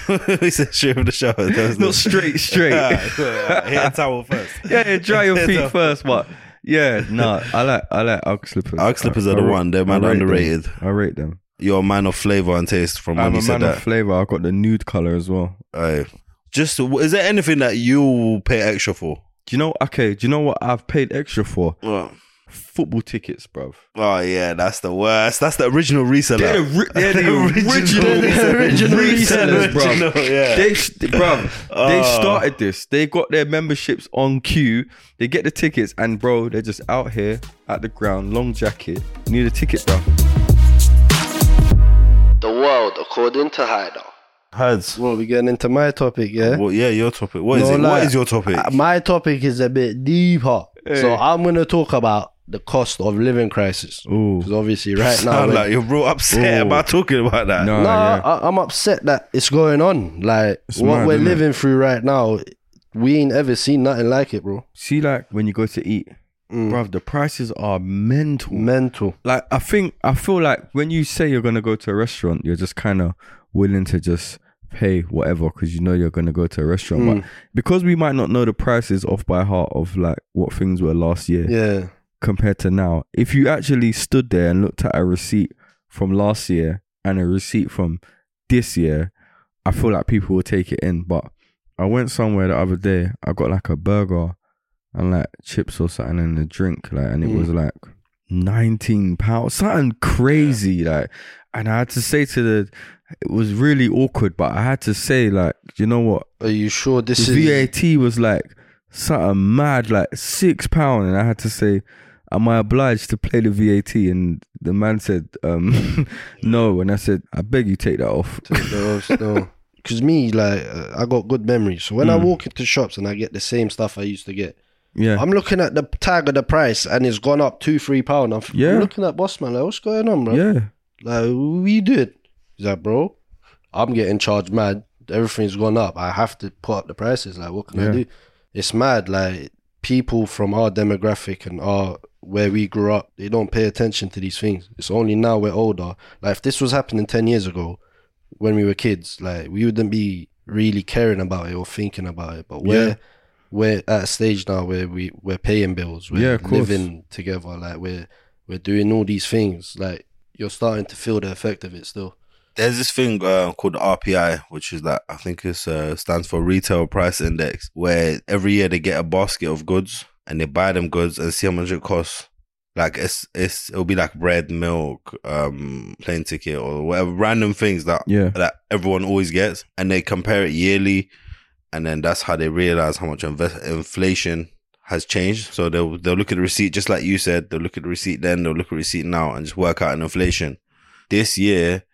[SPEAKER 1] we said straight from the shower. That was
[SPEAKER 4] Not straight, straight.
[SPEAKER 1] Yeah, yeah, yeah. Hit a towel first.
[SPEAKER 4] yeah, yeah, dry your
[SPEAKER 1] Hit a
[SPEAKER 4] feet
[SPEAKER 1] towel.
[SPEAKER 4] first, but yeah, no, I like I like Ugg slippers.
[SPEAKER 1] Ugg slippers are the
[SPEAKER 4] rate-
[SPEAKER 1] one, they're
[SPEAKER 4] I
[SPEAKER 1] mad
[SPEAKER 4] rate them.
[SPEAKER 1] underrated.
[SPEAKER 4] I rate them.
[SPEAKER 1] You're a man of flavor and taste. From when
[SPEAKER 4] I'm
[SPEAKER 1] you
[SPEAKER 4] a
[SPEAKER 1] said
[SPEAKER 4] man
[SPEAKER 1] that,
[SPEAKER 4] of flavor. I've got the nude color as well.
[SPEAKER 1] Aye. just is there anything that you will pay extra for?
[SPEAKER 4] Do you know? Okay, do you know what I've paid extra for?
[SPEAKER 1] What?
[SPEAKER 4] Football tickets, bruv.
[SPEAKER 1] Oh yeah, that's the worst. That's the original reseller.
[SPEAKER 4] They're the, ri- they're the original,
[SPEAKER 3] the original
[SPEAKER 4] resellers, bruv.
[SPEAKER 1] Original, yeah.
[SPEAKER 4] They, s- bruv, they
[SPEAKER 1] Oh.
[SPEAKER 4] started this. They got their memberships on queue. They get the tickets, and bro, they're just out here at the ground, long jacket. Need a ticket, bruv.
[SPEAKER 2] The world according to Hyder.
[SPEAKER 1] Heads.
[SPEAKER 3] Well, we're getting into my topic, yeah.
[SPEAKER 1] Well, yeah, your topic. What is
[SPEAKER 3] No
[SPEAKER 1] it?
[SPEAKER 3] lie.
[SPEAKER 1] What is your topic?
[SPEAKER 3] Uh, My topic is a bit deeper, so I'm gonna talk about the cost of living crisis.
[SPEAKER 4] Ooh.
[SPEAKER 3] Because obviously, right now,
[SPEAKER 1] Sound
[SPEAKER 3] when-
[SPEAKER 1] like you're real upset
[SPEAKER 4] Ooh.
[SPEAKER 1] about talking about that.
[SPEAKER 4] No,
[SPEAKER 3] no,
[SPEAKER 4] yeah.
[SPEAKER 3] I, I'm upset that it's going on. Like
[SPEAKER 4] It's
[SPEAKER 3] what
[SPEAKER 4] mad,
[SPEAKER 3] we're
[SPEAKER 4] isn't it?
[SPEAKER 3] living through right now, we ain't ever seen nothing like it, bro.
[SPEAKER 4] See, like when you go to eat, bruv, the prices are mental.
[SPEAKER 3] Mental.
[SPEAKER 4] like I think I feel like when you say you're gonna go to a restaurant, you're just kind of willing to just pay whatever because you know you're gonna go to a restaurant. But because we might not know the prices off by heart of like what things were last year
[SPEAKER 3] Yeah.
[SPEAKER 4] compared to now, if you actually stood there and looked at a receipt from last year and a receipt from this year, I feel like people will take it in. But I went somewhere the other day. I got like a burger and like chips or something and a drink, like, and it
[SPEAKER 3] Mm.
[SPEAKER 4] was like nineteen pounds, something crazy, like. And I had to say to the, it was really awkward, but I had to say like, you know what?
[SPEAKER 3] Are you sure this
[SPEAKER 4] The
[SPEAKER 3] is
[SPEAKER 4] VAT was like something mad, like six pound, and I had to say, "Am I obliged to play the VAT?" And the man said, um, "No," and I said, "I beg you, take that off."
[SPEAKER 3] Because me, like, uh, I got good memories. So when
[SPEAKER 1] Hmm.
[SPEAKER 3] I walk into shops and I get the same stuff I used to get,
[SPEAKER 4] Yeah,
[SPEAKER 3] I'm looking at the tag of the price and it's gone up two, three pound. I'm f-
[SPEAKER 4] Yeah.
[SPEAKER 3] looking at boss man like, what's going on, bro?
[SPEAKER 4] yeah,
[SPEAKER 3] Like, we did. He's like, bro, I'm getting charged mad. Everything's gone up. I have to put up the prices. Like, what can I
[SPEAKER 4] Yeah.
[SPEAKER 3] do? It's mad. Like, people from our demographic and our where we grew up, they don't pay attention to these things. It's only now we're older. Like, if this was happening 10 years ago when we were kids, like, we wouldn't be really caring about it or thinking about it. But we're,
[SPEAKER 4] Yeah.
[SPEAKER 3] we're at a stage now where we, we're paying bills. We're
[SPEAKER 4] Yeah, of course.
[SPEAKER 3] living together. Like, we're, we're doing all these things. Like, you're starting to feel the effect of it still.
[SPEAKER 1] there's this thing uh, called the RPI, which is that I think it uh, stands for Retail Price Index, where every year they get a basket of goods and they buy them goods and see how much it costs. Like it's it's it'll be like bread, milk, um, plane ticket, or whatever random things that
[SPEAKER 4] yeah.
[SPEAKER 1] that everyone always gets, and they compare it yearly, and then that's how they realize how much inve- inflation has changed. So they'll they'll look at the receipt just like you said. They'll look at the receipt then. They'll look at the receipt now and just work out an inflation. This year,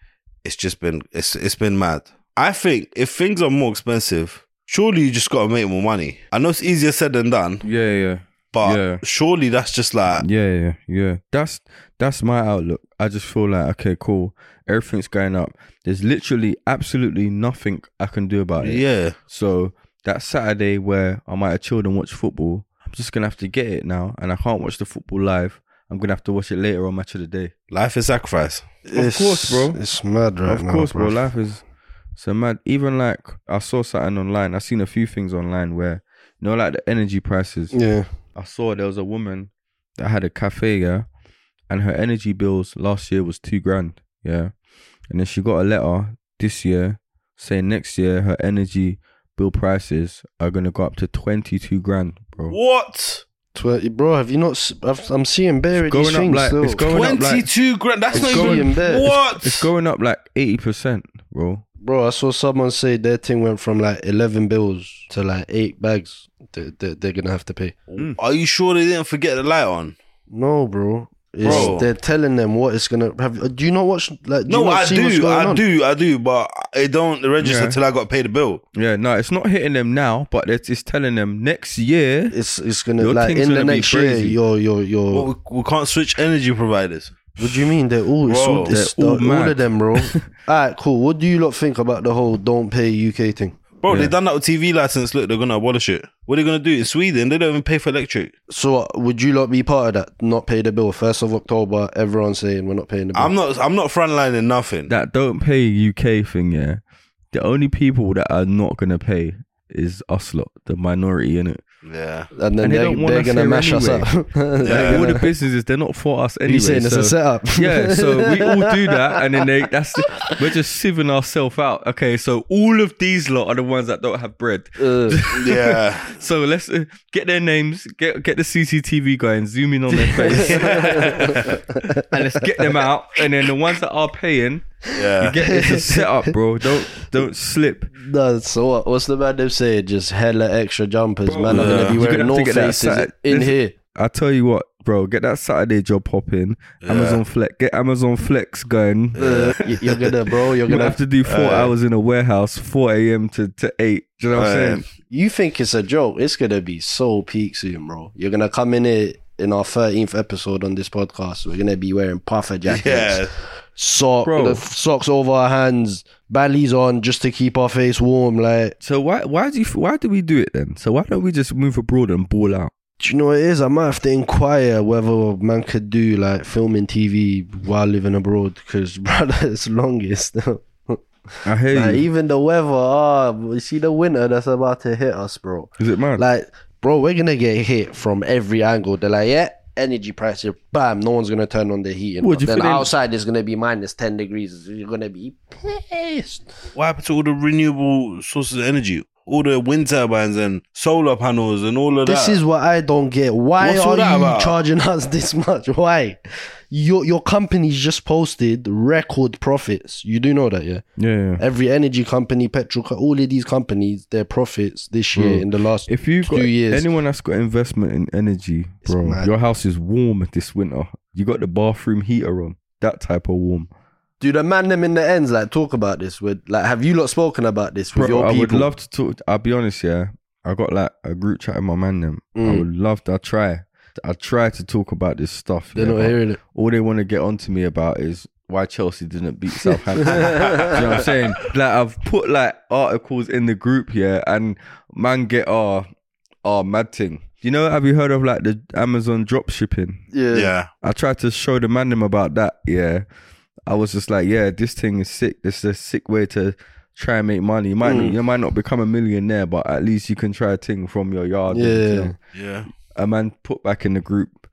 [SPEAKER 1] it's just been it's it's been mad. I think if things are more expensive, surely you just gotta make more money. I know it's easier said than done,
[SPEAKER 4] Yeah, yeah,
[SPEAKER 1] but
[SPEAKER 4] Yeah.
[SPEAKER 1] surely that's just like
[SPEAKER 4] yeah, yeah, yeah. That's that's my outlook. I just feel like okay, cool. Everything's going up. There's literally absolutely nothing I can do about it.
[SPEAKER 1] yeah.
[SPEAKER 4] So that Saturday where I might have chilled and watched football, I'm just gonna have to get it now, and I can't watch the football live. I'm gonna have to watch it later on match of the day.
[SPEAKER 1] Life is sacrifice.
[SPEAKER 4] Of course, bro.
[SPEAKER 3] It's mad right
[SPEAKER 4] of
[SPEAKER 3] now.
[SPEAKER 4] course, bro.
[SPEAKER 3] bruv.
[SPEAKER 4] Life is so mad. Even like I saw something online. I seen a few things online where you know, like the energy prices.
[SPEAKER 3] Yeah.
[SPEAKER 4] I saw there was a woman that had a cafe, yeah, and her energy bills last year was two grand, yeah. And then she got a letter this year saying next year her energy bill prices are gonna go up to twenty two grand, bro.
[SPEAKER 1] What?
[SPEAKER 3] Twenty, bro. Have you not? s- I've, I'm seeing bare
[SPEAKER 4] It's
[SPEAKER 3] these
[SPEAKER 4] going up
[SPEAKER 3] things
[SPEAKER 4] like-
[SPEAKER 3] still.
[SPEAKER 4] it's going- up like-
[SPEAKER 1] Twenty-two grand. That's
[SPEAKER 3] It's
[SPEAKER 1] not
[SPEAKER 3] going-
[SPEAKER 1] even
[SPEAKER 3] It's-
[SPEAKER 1] what.
[SPEAKER 4] It's going up like eighty percent, bro.
[SPEAKER 3] bro, I saw someone say their thing went from like eleven bills to like eight bags. They, they, they're gonna have to pay.
[SPEAKER 1] mm. Are you sure they didn't forget the light on?
[SPEAKER 3] No, bro. It's,
[SPEAKER 1] Bro.
[SPEAKER 3] They're telling them what it's gonna have. Do you not watch? Like, do you
[SPEAKER 1] no,
[SPEAKER 3] not
[SPEAKER 1] I
[SPEAKER 3] see what's
[SPEAKER 1] do,
[SPEAKER 3] going
[SPEAKER 1] I
[SPEAKER 3] on?
[SPEAKER 1] do, I do, but it don't register
[SPEAKER 4] Yeah.
[SPEAKER 1] till I got paid the bill.
[SPEAKER 4] Yeah, no, it's not hitting them now, but it's, it's telling them next year.
[SPEAKER 3] It's it's gonna
[SPEAKER 4] Your
[SPEAKER 3] like in
[SPEAKER 4] thing's
[SPEAKER 3] the
[SPEAKER 4] gonna be
[SPEAKER 3] next year.
[SPEAKER 4] crazy.
[SPEAKER 3] Your your your.
[SPEAKER 1] Well, we, we can't switch energy providers.
[SPEAKER 3] What do you mean? They're all, it's
[SPEAKER 1] Bro,
[SPEAKER 3] all, it's
[SPEAKER 4] they're all
[SPEAKER 3] all, all of
[SPEAKER 4] mad.
[SPEAKER 3] them, bro. all right, cool. What do you lot think about the whole don't pay UK thing?
[SPEAKER 1] Bro, they
[SPEAKER 4] Yeah.
[SPEAKER 1] done that with TV license. Look, they're gonna abolish it. What are they gonna do in Sweden? They don't even pay for electric.
[SPEAKER 3] So uh, would you lot be part of that? Not pay the bill. First of October, everyone's saying we're not paying the bill.
[SPEAKER 1] I'm not, I'm not frontlining nothing.
[SPEAKER 4] that don't pay UK thing, yeah. The only people that are not gonna pay is us lot, the minority in it.
[SPEAKER 1] yeah,
[SPEAKER 3] and then
[SPEAKER 4] and they
[SPEAKER 3] they
[SPEAKER 4] don't want
[SPEAKER 3] are
[SPEAKER 4] us
[SPEAKER 3] gonna
[SPEAKER 4] here
[SPEAKER 3] mash us
[SPEAKER 4] anyway.
[SPEAKER 3] up. They're
[SPEAKER 4] All the
[SPEAKER 3] gonna-
[SPEAKER 4] businesses, they're not for us anyway.
[SPEAKER 3] you saying it's
[SPEAKER 4] so-
[SPEAKER 3] a setup?
[SPEAKER 4] yeah, so we all do that, and then they that's we're just sieving ourselves out. Okay, so all of these lot are the ones that don't have bread.
[SPEAKER 3] Uh,
[SPEAKER 1] yeah.
[SPEAKER 4] So let's uh, get their names, get get the CCTV guy and zoom in on their face, and let's get them out. And then the ones that are paying,
[SPEAKER 1] Yeah.
[SPEAKER 4] get it's a setup, bro. Don't don't slip.
[SPEAKER 3] no, so what, what's the man them saying? Just hella extra jumpers, man. I'm
[SPEAKER 1] yeah.
[SPEAKER 3] gonna be
[SPEAKER 4] You're
[SPEAKER 3] wearing
[SPEAKER 4] gonna have to
[SPEAKER 3] North
[SPEAKER 4] get that
[SPEAKER 3] Faces
[SPEAKER 4] side-
[SPEAKER 3] in
[SPEAKER 4] this-
[SPEAKER 3] here.
[SPEAKER 4] I tell you what, bro, get that Saturday job popping. Amazon Flex, get Amazon Flex going.
[SPEAKER 3] Uh, y- you're gonna, bro. You're
[SPEAKER 4] You're gonna
[SPEAKER 3] gonna.
[SPEAKER 4] have to do four hours in a warehouse, four a.m. to to eight. Do you know what I'm
[SPEAKER 1] Uh,
[SPEAKER 4] saying?
[SPEAKER 3] You think it's a joke? It's gonna be so peak soon, bro. You're gonna come in here in our 13th episode on this podcast. We're gonna be wearing puffer jackets.
[SPEAKER 1] yeah,
[SPEAKER 3] sock,
[SPEAKER 4] Bro.
[SPEAKER 3] the socks over our hands, ballys on just to keep our face warm. Like,
[SPEAKER 4] So why why do you, why do we do it then? So why don't we just move abroad and ball out?
[SPEAKER 3] do you know what it is? I might have to inquire whether man could do like filming TV while living abroad because, brother, it's longest.
[SPEAKER 4] I hear
[SPEAKER 3] like,
[SPEAKER 4] you.
[SPEAKER 3] even the weather, ah, you see the winter that's about to hit us, bro.
[SPEAKER 4] Is it mad?
[SPEAKER 3] Like, bro, we're gonna get hit from every angle. They're like, yeah. Energy prices, bam! No one's gonna turn on the heat,
[SPEAKER 4] What, do you
[SPEAKER 3] then
[SPEAKER 4] feel in-
[SPEAKER 3] outside is gonna be minus ten degrees. You're gonna be pissed.
[SPEAKER 1] what happened to all the renewable sources of energy? all the wind turbines and solar panels and all of
[SPEAKER 3] This
[SPEAKER 1] that.
[SPEAKER 3] is what I don't get. Why
[SPEAKER 1] What's all
[SPEAKER 3] are
[SPEAKER 1] that
[SPEAKER 3] you
[SPEAKER 1] about?
[SPEAKER 3] charging us this much? Why? Your your company's just posted record profits. You do know that, yeah?
[SPEAKER 4] Yeah.
[SPEAKER 3] Every energy company, petrol, co- all of these companies, their profits this year
[SPEAKER 4] Bro,
[SPEAKER 3] in the last
[SPEAKER 4] Hmm. If you've
[SPEAKER 3] few
[SPEAKER 4] got
[SPEAKER 3] years.
[SPEAKER 4] anyone that's got investment in energy, bro,
[SPEAKER 3] mad.
[SPEAKER 4] your house is warm this winter. You got the bathroom heater on. That type of warm.
[SPEAKER 3] Dude, the man them in the ends like talk about this with like have you lot spoken about this with
[SPEAKER 4] Bro,
[SPEAKER 3] your
[SPEAKER 4] I
[SPEAKER 3] people?
[SPEAKER 4] would love to talk. I'll be honest, yeah. I got like a group chat with my man them. I
[SPEAKER 3] Mm.
[SPEAKER 4] would love to. I try. I try to talk about this stuff.
[SPEAKER 3] They're
[SPEAKER 4] yeah,
[SPEAKER 3] not
[SPEAKER 4] but
[SPEAKER 3] hearing it.
[SPEAKER 4] all they want to get onto me about is why Chelsea didn't beat Southampton. Do you know what I'm saying? Like I've put like articles in the group here, and man get our our mad thing. You know, have you heard of like the Amazon drop shipping?
[SPEAKER 3] Yeah.
[SPEAKER 1] yeah.
[SPEAKER 4] I tried to show the man them about that. Yeah, I was just like, yeah, this thing is sick. This is a sick way to try and make money. You might you might not become a millionaire, but at least you can try a thing from your yard. and,
[SPEAKER 3] Yeah.
[SPEAKER 4] you know,
[SPEAKER 1] Yeah.
[SPEAKER 4] a man put back in the group.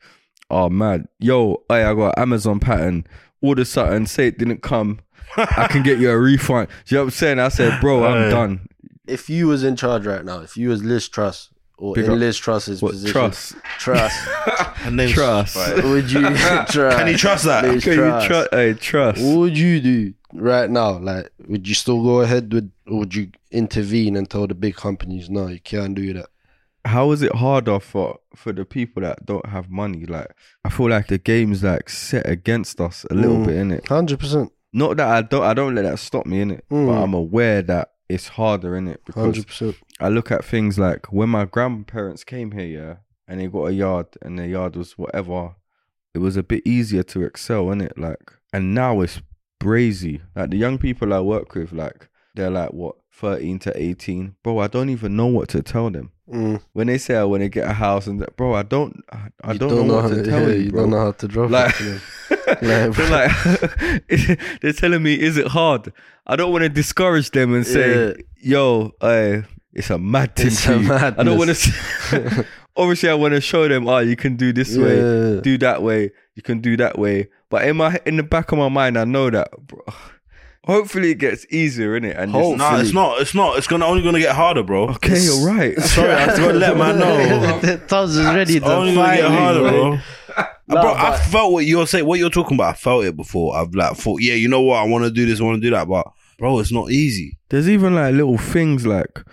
[SPEAKER 4] Oh man, yo, hey, I got an Amazon pattern. All of a sudden, say it didn't come. I can get you a refund. Do you know what I'm saying? I said, bro, I'm
[SPEAKER 1] Hey.
[SPEAKER 4] done.
[SPEAKER 3] If you was in charge right now, if you was Liz Truss or
[SPEAKER 4] Big
[SPEAKER 3] in
[SPEAKER 4] up.
[SPEAKER 3] Liz Truss's
[SPEAKER 4] What
[SPEAKER 3] position,
[SPEAKER 4] trust?
[SPEAKER 3] Truss,
[SPEAKER 1] Her name's
[SPEAKER 4] Trust.
[SPEAKER 1] Right.
[SPEAKER 3] would you trust?
[SPEAKER 1] Can you trust that?
[SPEAKER 3] Liz
[SPEAKER 4] Can
[SPEAKER 3] Truss.
[SPEAKER 4] you trust? Hey, trust.
[SPEAKER 3] What would you do right now? Like, would you still go ahead with, or would you intervene and tell the big companies, no, you can't do that?
[SPEAKER 4] how is it harder for for the people that don't have money? Like I feel like the game's like set against us a little
[SPEAKER 3] Mm.
[SPEAKER 4] bit in it.
[SPEAKER 3] Hundred percent,
[SPEAKER 4] Not that I don't I don't let that stop me in it, but
[SPEAKER 3] Mm.
[SPEAKER 4] I'm aware that it's harder in it because
[SPEAKER 3] hundred percent.
[SPEAKER 4] I look at things like when my grandparents came here, yeah, and they got a yard and their yard was whatever. It was a bit easier to excel in it, like, and now it's brazy. Like the young people I work with, like they're like what thirteen to eighteen, bro. I don't even know what to tell them
[SPEAKER 3] Mm.
[SPEAKER 4] when they say I want to get a house and that, bro, I don't, I, I
[SPEAKER 3] You
[SPEAKER 4] don't, know, what to
[SPEAKER 3] how-
[SPEAKER 4] tell
[SPEAKER 3] yeah,
[SPEAKER 4] you,
[SPEAKER 3] you
[SPEAKER 4] bro.
[SPEAKER 3] don't know how to drop
[SPEAKER 4] Like-
[SPEAKER 3] it. to them.
[SPEAKER 4] they're
[SPEAKER 3] Like, bro.
[SPEAKER 4] like, they're telling me, is it hard? I don't want to discourage them and say,
[SPEAKER 3] Yeah.
[SPEAKER 4] yo, uh, it's a mad thing.
[SPEAKER 3] It's
[SPEAKER 4] for
[SPEAKER 3] a
[SPEAKER 4] you. I don't want
[SPEAKER 3] madness.
[SPEAKER 4] to. Obviously, I want to show them, oh, you can do this way,
[SPEAKER 3] Yeah.
[SPEAKER 4] do that way, you can do that way. But in my, in the back of my mind, I know that, bro. Hopefully, it gets easier, innit? And
[SPEAKER 1] No, it's not. It's not. It's gonna only gonna get harder, bro.
[SPEAKER 4] Okay, you're right.
[SPEAKER 1] Sorry, I forgot to let man know.
[SPEAKER 3] The Taz is ready
[SPEAKER 1] It's
[SPEAKER 3] to
[SPEAKER 1] only gonna
[SPEAKER 3] fight
[SPEAKER 1] get
[SPEAKER 3] me,
[SPEAKER 1] harder,
[SPEAKER 3] bro.
[SPEAKER 1] bro.
[SPEAKER 3] Nah,
[SPEAKER 1] bro, I
[SPEAKER 3] but-
[SPEAKER 1] felt what you're saying. What you're talking about, I felt it before. I've like thought, yeah, you know what? I want to do this. I want to do that, but bro, it's not easy.
[SPEAKER 4] There's even like little things like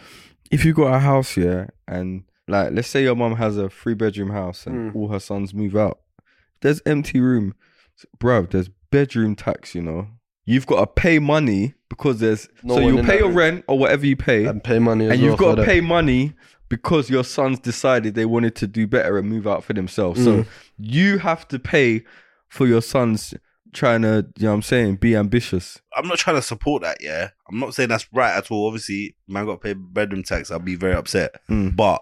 [SPEAKER 4] if you got a house here and like let's say your mom has a three bedroom house and all her sons move out. There's empty room. Bruv, there's bedroom tax, you know. You've got to pay money because there's
[SPEAKER 3] No
[SPEAKER 4] so
[SPEAKER 3] one
[SPEAKER 4] you
[SPEAKER 3] in
[SPEAKER 4] pay
[SPEAKER 3] that
[SPEAKER 4] your
[SPEAKER 3] room.
[SPEAKER 4] rent or whatever you pay
[SPEAKER 3] And pay money, as
[SPEAKER 4] and you've
[SPEAKER 3] well
[SPEAKER 4] got to
[SPEAKER 3] for
[SPEAKER 4] pay money because your sons decided they wanted to do better and move out for themselves. So you have to pay for your sons trying to, you know what I'm saying, be ambitious.
[SPEAKER 1] I'm not trying to support that. Yeah, I'm not saying that's right at all. Obviously, man got paid bedroom tax. I'd be very upset.
[SPEAKER 4] Mm.
[SPEAKER 1] But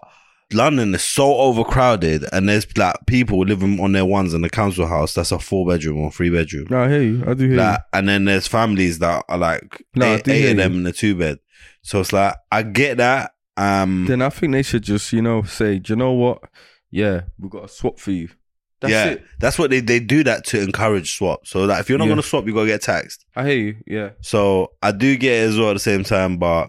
[SPEAKER 1] London is so overcrowded, and there's like people living on their ones in the council house. That's a four bedroom or three bedroom.
[SPEAKER 4] No, I hear you. I do hear
[SPEAKER 1] Like, and then there's families that are like
[SPEAKER 4] No, I
[SPEAKER 1] eight,
[SPEAKER 4] do
[SPEAKER 1] eight
[SPEAKER 4] hear
[SPEAKER 1] of them
[SPEAKER 4] you.
[SPEAKER 1] in a two bed. So it's like I get that. Um,
[SPEAKER 4] then I think they should just, you know, say, do you know what? Yeah, we got a swap for you. That's
[SPEAKER 1] yeah,
[SPEAKER 4] it.
[SPEAKER 1] that's what they, they do that to encourage swap. So that if you're not
[SPEAKER 4] Yeah.
[SPEAKER 1] gonna swap, you gotta get taxed.
[SPEAKER 4] I hear you. Yeah.
[SPEAKER 1] So I do get it as well at the same time, but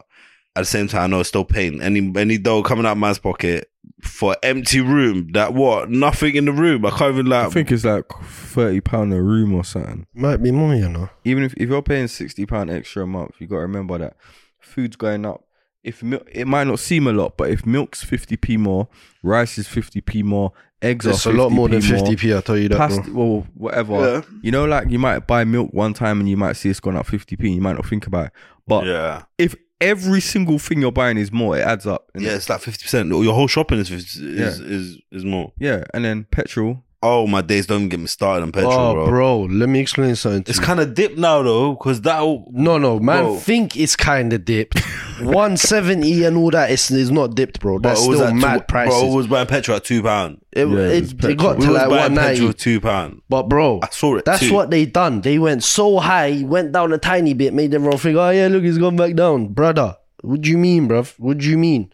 [SPEAKER 1] at the same time, I know it's still pain. Any any dough coming out man's pocket for empty room. That what? Nothing in the room. I can't even
[SPEAKER 4] I
[SPEAKER 1] like.
[SPEAKER 4] think it's like thirty pound a room or something.
[SPEAKER 3] Might be more, you know.
[SPEAKER 4] Even if, if you're paying sixty pound extra a month, you got to remember that food's going up. If milk, it might not seem a lot, but if milk's fifty p more, rice is fifty p more, eggs
[SPEAKER 3] It's
[SPEAKER 4] are
[SPEAKER 3] a lot more than
[SPEAKER 4] 50p
[SPEAKER 3] fifty p. I tell you that, bro.
[SPEAKER 4] past well whatever
[SPEAKER 1] Yeah.
[SPEAKER 4] you know like you might buy milk one time and you might see it's gone up 50p and you might not think about it but
[SPEAKER 1] yeah,
[SPEAKER 4] if every single thing you're buying is more it adds up innit?
[SPEAKER 1] yeah, it's like fifty percent. Your whole shopping is 50, is,
[SPEAKER 4] Yeah.
[SPEAKER 1] is is more.
[SPEAKER 4] Yeah, and then petrol.
[SPEAKER 1] Oh my days! Don't even get me started on petrol,
[SPEAKER 3] oh,
[SPEAKER 1] bro.
[SPEAKER 3] bro, let me explain something. to
[SPEAKER 1] It's
[SPEAKER 3] you.
[SPEAKER 1] kind of dipped now though, because that
[SPEAKER 3] No, no, man.
[SPEAKER 1] Bro.
[SPEAKER 3] Think it's kind of dipped. One seventy and all that is is not dipped, bro.
[SPEAKER 1] bro,
[SPEAKER 3] That's
[SPEAKER 1] it was
[SPEAKER 3] still
[SPEAKER 1] at
[SPEAKER 3] mad
[SPEAKER 1] two,
[SPEAKER 3] prices.
[SPEAKER 1] Bro, it was buying petrol at two pound.
[SPEAKER 3] it,
[SPEAKER 4] Yeah, it was
[SPEAKER 3] it, it
[SPEAKER 4] petrol.
[SPEAKER 3] got
[SPEAKER 1] We
[SPEAKER 3] to
[SPEAKER 1] was
[SPEAKER 3] like one
[SPEAKER 1] buying petrol
[SPEAKER 3] ninety.
[SPEAKER 1] at two pound.
[SPEAKER 3] But bro,
[SPEAKER 1] I saw it
[SPEAKER 3] That's
[SPEAKER 1] too.
[SPEAKER 3] what they done. They went so high, went down a tiny bit, made everyone think, oh yeah, look, it's gone back down, brother. What do you mean, bruv? What do you mean?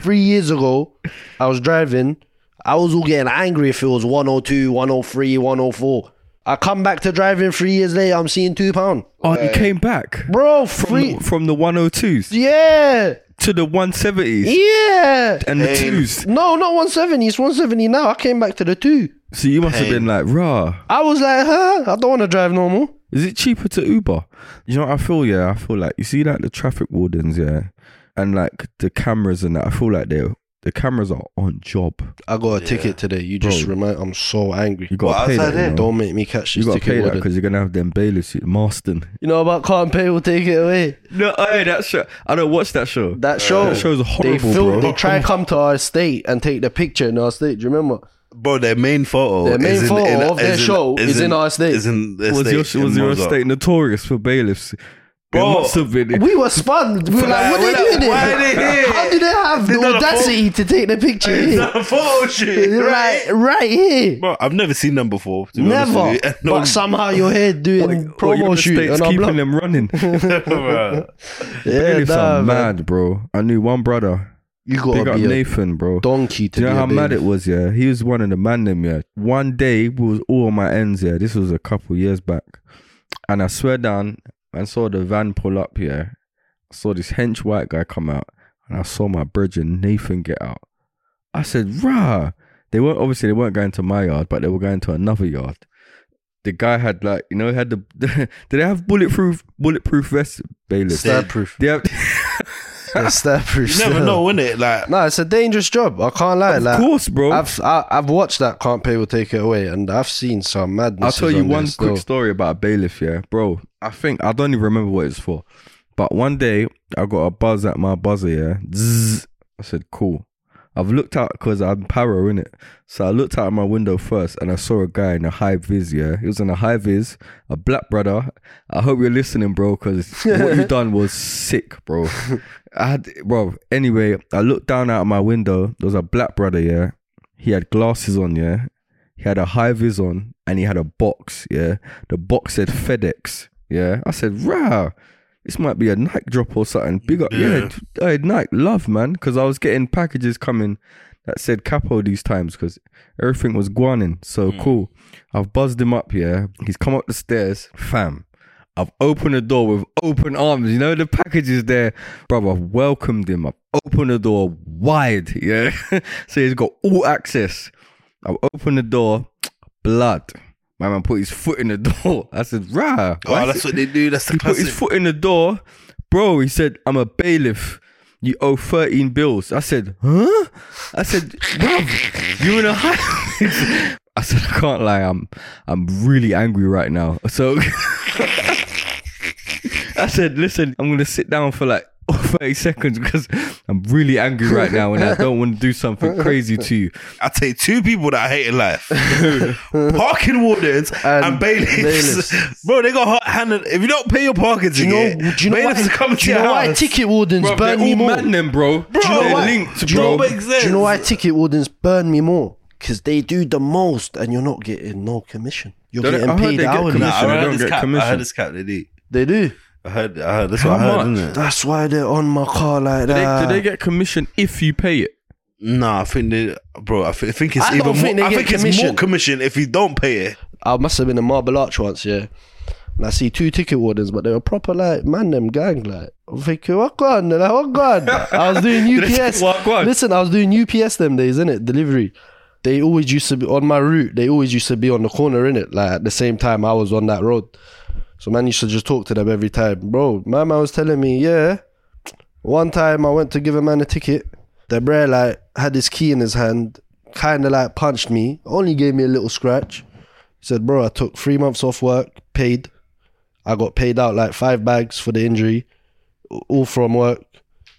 [SPEAKER 3] Three years ago, oh I was driving. I was all getting angry if it was 102, 103, 104. I come back to driving three years later. I'm seeing two pound,
[SPEAKER 4] Oh, you came back
[SPEAKER 3] bro.
[SPEAKER 4] from,
[SPEAKER 3] Free,
[SPEAKER 4] from the 102s
[SPEAKER 3] yeah,
[SPEAKER 4] to the 170s
[SPEAKER 3] yeah.
[SPEAKER 4] and the twos.
[SPEAKER 3] No, not one seventy. It's one seventy now. I came back to the two.
[SPEAKER 4] So you must have been like, rah.
[SPEAKER 3] I was like, huh? I don't want to drive normal.
[SPEAKER 4] Is it cheaper to Uber? You know what I feel, yeah? I feel like you see like the traffic wardens, yeah, and like the cameras and that, I feel like they the cameras are on job.
[SPEAKER 3] I got a ticket today. You just
[SPEAKER 4] Bro.
[SPEAKER 3] remind. I'm so angry.
[SPEAKER 4] You gotta
[SPEAKER 1] Well,
[SPEAKER 4] pay
[SPEAKER 1] outside
[SPEAKER 4] that. You,
[SPEAKER 1] it,
[SPEAKER 4] know?
[SPEAKER 3] Don't make me catch
[SPEAKER 4] you
[SPEAKER 3] this
[SPEAKER 4] gotta
[SPEAKER 3] ticket.
[SPEAKER 4] pay that
[SPEAKER 3] warden.
[SPEAKER 4] because you're gonna have them bailiffs, Marston.
[SPEAKER 3] You know about can't pay. We'll take it away.
[SPEAKER 4] No, hey, that show. I don't watch that show.
[SPEAKER 3] That show.
[SPEAKER 4] that show's
[SPEAKER 3] they
[SPEAKER 4] horrible,
[SPEAKER 3] film-
[SPEAKER 4] bro.
[SPEAKER 3] They try and come to our estate and take the picture in our estate. Do you remember?
[SPEAKER 1] Bro, their main photo,
[SPEAKER 3] Their main
[SPEAKER 1] is in-
[SPEAKER 3] photo
[SPEAKER 1] in-
[SPEAKER 3] of their
[SPEAKER 1] is in-
[SPEAKER 3] show is in our estate.
[SPEAKER 1] Is in the
[SPEAKER 4] was
[SPEAKER 1] estate
[SPEAKER 4] your
[SPEAKER 1] in
[SPEAKER 4] was your
[SPEAKER 1] Mozart.
[SPEAKER 4] estate notorious for bailiffs?
[SPEAKER 1] Bro.
[SPEAKER 4] it must have been.
[SPEAKER 3] We were spun. We were like, what
[SPEAKER 1] we're
[SPEAKER 3] are they
[SPEAKER 1] like,
[SPEAKER 3] doing
[SPEAKER 1] why
[SPEAKER 3] here?
[SPEAKER 1] are they here?
[SPEAKER 3] How do they have
[SPEAKER 1] They
[SPEAKER 3] the
[SPEAKER 1] done a
[SPEAKER 3] audacity to take the picture here?
[SPEAKER 1] It's a photo shoot,
[SPEAKER 3] right, right here.
[SPEAKER 1] Bro, I've never seen them before. to be honest
[SPEAKER 3] Never.
[SPEAKER 1] with you. And
[SPEAKER 3] But somehow you're here doing
[SPEAKER 4] Or
[SPEAKER 3] promo
[SPEAKER 4] your
[SPEAKER 3] shoot
[SPEAKER 4] estate's
[SPEAKER 3] and I'm
[SPEAKER 4] keeping
[SPEAKER 3] blocked.
[SPEAKER 4] them running.
[SPEAKER 1] Bro.
[SPEAKER 3] Yeah,
[SPEAKER 4] bailiffs
[SPEAKER 3] nah,
[SPEAKER 4] are
[SPEAKER 3] man.
[SPEAKER 4] mad, bro. I knew one brother.
[SPEAKER 3] You
[SPEAKER 4] Big
[SPEAKER 3] gotta
[SPEAKER 4] up
[SPEAKER 3] be a
[SPEAKER 4] Nathan, bro.
[SPEAKER 3] donkey to
[SPEAKER 4] Do you know
[SPEAKER 3] be
[SPEAKER 4] how
[SPEAKER 3] a
[SPEAKER 4] mad
[SPEAKER 3] baby.
[SPEAKER 4] it was? Yeah, he was one of the man them. Yeah, one day we was all on my ends. Yeah, this was a couple years back, and I swear down, I saw the van pull up. Yeah, I saw this hench white guy come out, and I saw my brother Nathan get out. I said, "Rah!" They weren't obviously they weren't going to my yard, but they were going to another yard. The guy had like you know he had the did they have bulletproof bulletproof vests? Bailiffs.
[SPEAKER 3] Stab proof.
[SPEAKER 4] They have,
[SPEAKER 3] Yeah, stab proof.
[SPEAKER 1] You never know, innit? Like,
[SPEAKER 3] No, it's a dangerous job. I can't lie.
[SPEAKER 4] of
[SPEAKER 3] like,
[SPEAKER 4] course, bro.
[SPEAKER 3] I've I, I've watched that. Can't pay will take it away, and I've seen some
[SPEAKER 4] I'll
[SPEAKER 3] madness.
[SPEAKER 4] tell you
[SPEAKER 3] on
[SPEAKER 4] one
[SPEAKER 3] this,
[SPEAKER 4] quick
[SPEAKER 3] though.
[SPEAKER 4] story about a bailiff, yeah, bro. I think I don't even remember what it's for, but one day I got a buzz at my buzzer, yeah. Zzz. I said, "Cool." I've looked out because I'm paro in it, so I looked out my window first and I saw a guy in a high vis. Yeah, he was in a high vis, a black brother. I hope you're listening, bro, because what you done was sick, bro. I had, bro. Anyway, I looked down out of my window. There was a black brother. Yeah, he had glasses on. Yeah, he had a high vis on and he had a box, yeah. The box said FedEx, yeah. I said, rah, this might be a Nike drop or something. Big up, yeah,
[SPEAKER 1] Yeah.
[SPEAKER 4] d- hey, Nike, love, man. Because I was getting packages coming that said Capo these times because everything was guanin. So cool. I've buzzed him up, yeah. He's come up the stairs, fam. I've opened the door with open arms. You know, the package is there. Bro, I've welcomed him. I've opened the door wide. Yeah. so he's got all access. I've opened the door. Blood. My man put his foot in the door. I said, rah. why
[SPEAKER 1] oh,
[SPEAKER 4] is
[SPEAKER 1] that's
[SPEAKER 4] it-
[SPEAKER 1] what they do. That's the
[SPEAKER 4] he put
[SPEAKER 1] classic.
[SPEAKER 4] his foot in the door. Bro, he said, I'm a bailiff. You owe 13 bills. I said, huh? I said, bruv, you in a high. I said, I can't lie. I'm I'm really angry right now. So I said, listen, I'm going to sit down for like 30 seconds because I'm really angry right now and I don't want to do something crazy to you.
[SPEAKER 1] I take two people that I hate in life: parking wardens and, bailiffs. Bro, they got hot handed. If you don't pay your parking
[SPEAKER 3] Do you
[SPEAKER 1] ticket,
[SPEAKER 3] know? Do you know
[SPEAKER 1] bailiffs
[SPEAKER 3] why?
[SPEAKER 1] are coming
[SPEAKER 3] do you
[SPEAKER 1] to
[SPEAKER 3] know
[SPEAKER 1] your
[SPEAKER 3] why
[SPEAKER 1] house.
[SPEAKER 3] ticket wardens
[SPEAKER 4] Bro, they're
[SPEAKER 3] burn me
[SPEAKER 4] all
[SPEAKER 3] more?
[SPEAKER 4] mad then, bro.
[SPEAKER 1] Bro,
[SPEAKER 4] they're
[SPEAKER 1] why?
[SPEAKER 4] linked,
[SPEAKER 1] Do you
[SPEAKER 4] bro.
[SPEAKER 1] know what makes
[SPEAKER 3] Do you
[SPEAKER 1] sense?
[SPEAKER 3] know why ticket wardens burn me more? Because they do the most, and you're not getting no commission. You're
[SPEAKER 4] Don't- I
[SPEAKER 3] getting
[SPEAKER 4] heard
[SPEAKER 3] paid
[SPEAKER 4] they get
[SPEAKER 3] hourly.
[SPEAKER 1] Nah, I
[SPEAKER 4] They
[SPEAKER 1] heard
[SPEAKER 4] don't
[SPEAKER 1] this
[SPEAKER 4] get
[SPEAKER 1] cap. I
[SPEAKER 4] commission.
[SPEAKER 1] heard this cap. They do.
[SPEAKER 3] They do.
[SPEAKER 1] I heard. I heard. That's
[SPEAKER 4] How
[SPEAKER 1] what I heard.
[SPEAKER 4] much?
[SPEAKER 1] Isn't it?
[SPEAKER 3] That's why they're on my car like
[SPEAKER 4] Do
[SPEAKER 3] that.
[SPEAKER 4] they, do they get commission if you pay it?
[SPEAKER 1] Nah, I think they, bro. I, thi- I think it's
[SPEAKER 3] I don't
[SPEAKER 1] even. More,
[SPEAKER 3] think they
[SPEAKER 1] I
[SPEAKER 3] get
[SPEAKER 1] think it's more
[SPEAKER 3] commission.
[SPEAKER 1] commission if you don't pay it.
[SPEAKER 3] I must have been in Marble Arch once, yeah. And I see two ticket wardens, but they were proper like man them gang like. I'm thinking, what gone? They're like, what gone? I was doing
[SPEAKER 4] they say,
[SPEAKER 3] UPS.
[SPEAKER 4] "What gone?"
[SPEAKER 3] Listen, I was doing UPS them days, innit? Delivery. They always used to be on my route, they always used to be on the corner, innit? Like at the same time I was on that road. So man used to just talk to them every time. Bro, my man was telling me, yeah. One time I went to give a man a ticket. The bro like had his key in his hand, kinda like punched me, only gave me a little scratch. He said, bro, I took three months off work, paid. I got paid out like five bags for the injury, all from work.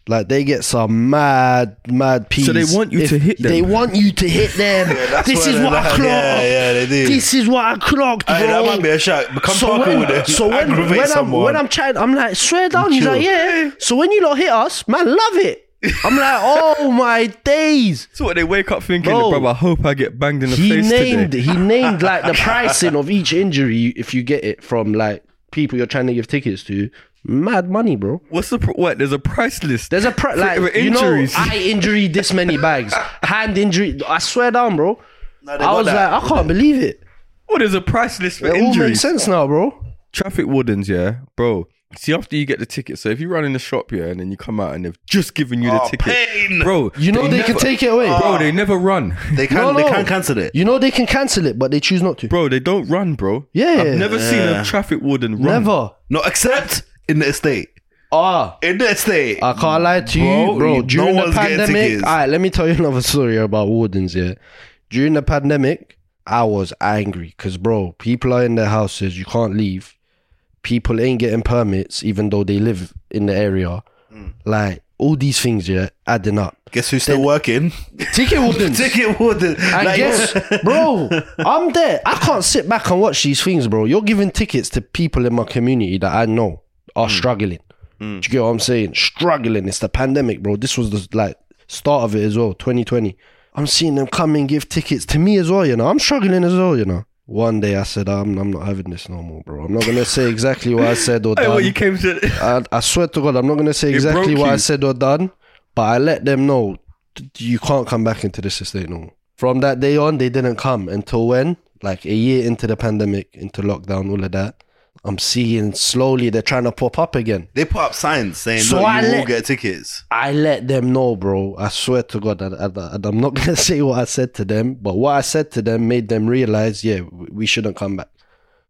[SPEAKER 3] Like they get some mad, mad peas.
[SPEAKER 4] they want you to hit them.
[SPEAKER 3] They want you to hit them. this is
[SPEAKER 1] they're
[SPEAKER 3] what I
[SPEAKER 1] like-
[SPEAKER 3] clocked.
[SPEAKER 1] Yeah, yeah, they do.
[SPEAKER 3] This is what I clocked, bro.
[SPEAKER 1] Hey, that might be a shout. Become
[SPEAKER 3] so
[SPEAKER 1] parking
[SPEAKER 3] when,
[SPEAKER 1] warden.
[SPEAKER 3] so when,
[SPEAKER 1] aggravate
[SPEAKER 3] when I'm
[SPEAKER 1] someone.
[SPEAKER 3] when I'm chatting, I'm like, swear down. He's
[SPEAKER 1] Chill.
[SPEAKER 3] like, yeah. So when you lot hit us, man, love it. I'm like, oh my days.
[SPEAKER 4] So what they wake up thinking,
[SPEAKER 3] Bro.
[SPEAKER 4] bro, I hope I get banged in the
[SPEAKER 3] he
[SPEAKER 4] face
[SPEAKER 3] named
[SPEAKER 4] today.
[SPEAKER 3] he named like the pricing of each injury if you get it from like people you're trying to give tickets to mad money bro
[SPEAKER 4] What's the pr- what? There's a price list.
[SPEAKER 3] there's a pri-
[SPEAKER 4] For-
[SPEAKER 3] like
[SPEAKER 4] for
[SPEAKER 3] you know
[SPEAKER 4] injuries.
[SPEAKER 3] eye injury this many bags hand injury I swear down bro
[SPEAKER 1] Nah, they
[SPEAKER 3] I
[SPEAKER 1] got
[SPEAKER 3] was
[SPEAKER 1] that.
[SPEAKER 3] like I can't believe it
[SPEAKER 4] Well, Oh, there's a price list for
[SPEAKER 3] It all
[SPEAKER 4] injuries.
[SPEAKER 3] makes sense now, bro.
[SPEAKER 4] Traffic wardens, yeah, bro. See, after you get the ticket, so if you run in the shop, yeah, and then you come out and they've just given you the
[SPEAKER 1] Oh,
[SPEAKER 4] ticket,
[SPEAKER 1] pain.
[SPEAKER 4] bro.
[SPEAKER 3] You know they, can
[SPEAKER 4] never- Ah.
[SPEAKER 3] take it away.
[SPEAKER 4] Bro, they never run.
[SPEAKER 1] They can
[SPEAKER 3] No,
[SPEAKER 1] they
[SPEAKER 3] no.
[SPEAKER 1] can cancel it.
[SPEAKER 3] You know they can cancel it, but they choose not to.
[SPEAKER 4] Bro, they don't run, bro.
[SPEAKER 3] Yeah.
[SPEAKER 4] I've never seen
[SPEAKER 1] Yeah.
[SPEAKER 4] a traffic warden run.
[SPEAKER 3] Never.
[SPEAKER 1] No, except in the estate.
[SPEAKER 3] Ah.
[SPEAKER 1] In the estate.
[SPEAKER 3] I can't lie to
[SPEAKER 1] Mm. Bro,
[SPEAKER 3] you, bro.
[SPEAKER 1] no
[SPEAKER 3] During the
[SPEAKER 1] one's getting
[SPEAKER 3] pandemic,
[SPEAKER 1] tickets.
[SPEAKER 3] all right, let me tell you another story about wardens. Yeah, during the pandemic, I was angry because, bro, people are in their houses, you can't leave. People ain't getting permits, even though they live in the area.
[SPEAKER 1] Mm.
[SPEAKER 3] Like all these things, yeah, adding up.
[SPEAKER 1] Guess who's still working?
[SPEAKER 3] Ticket wardens.
[SPEAKER 1] Ticket warden.
[SPEAKER 3] I
[SPEAKER 1] Like,
[SPEAKER 3] guess, bro, I'm there. I can't sit back and watch these things, bro. You're giving tickets to people in my community that I know are struggling. Do you get what I'm saying? Struggling. It's the pandemic, bro. This was the like start of it as well, 2020. I'm seeing them come and give tickets to me as well, you know. I'm struggling as well, you know. One day I said, I'm, I'm not having this no more, bro. I'm not going to say exactly what I said or
[SPEAKER 4] Hey,
[SPEAKER 3] done.
[SPEAKER 4] well, you came to.
[SPEAKER 3] I, I swear to God, I'm not going to say
[SPEAKER 4] It
[SPEAKER 3] exactly
[SPEAKER 4] broke
[SPEAKER 3] what I
[SPEAKER 4] you.
[SPEAKER 3] said or done, but I let them know "D- you can't come back into this estate no more. From that day on, they didn't come until when? Like a year into the pandemic, into lockdown, all of that. I'm seeing slowly they're trying to pop up again.
[SPEAKER 1] They put up signs saying
[SPEAKER 3] So
[SPEAKER 1] "Look,
[SPEAKER 3] I
[SPEAKER 1] you will
[SPEAKER 3] let-
[SPEAKER 1] get tickets.
[SPEAKER 3] I let them know, bro. I swear to God, I, I, I, am not going to say what I said to them, but what I said to them made them realize, yeah, we we shouldn't come back.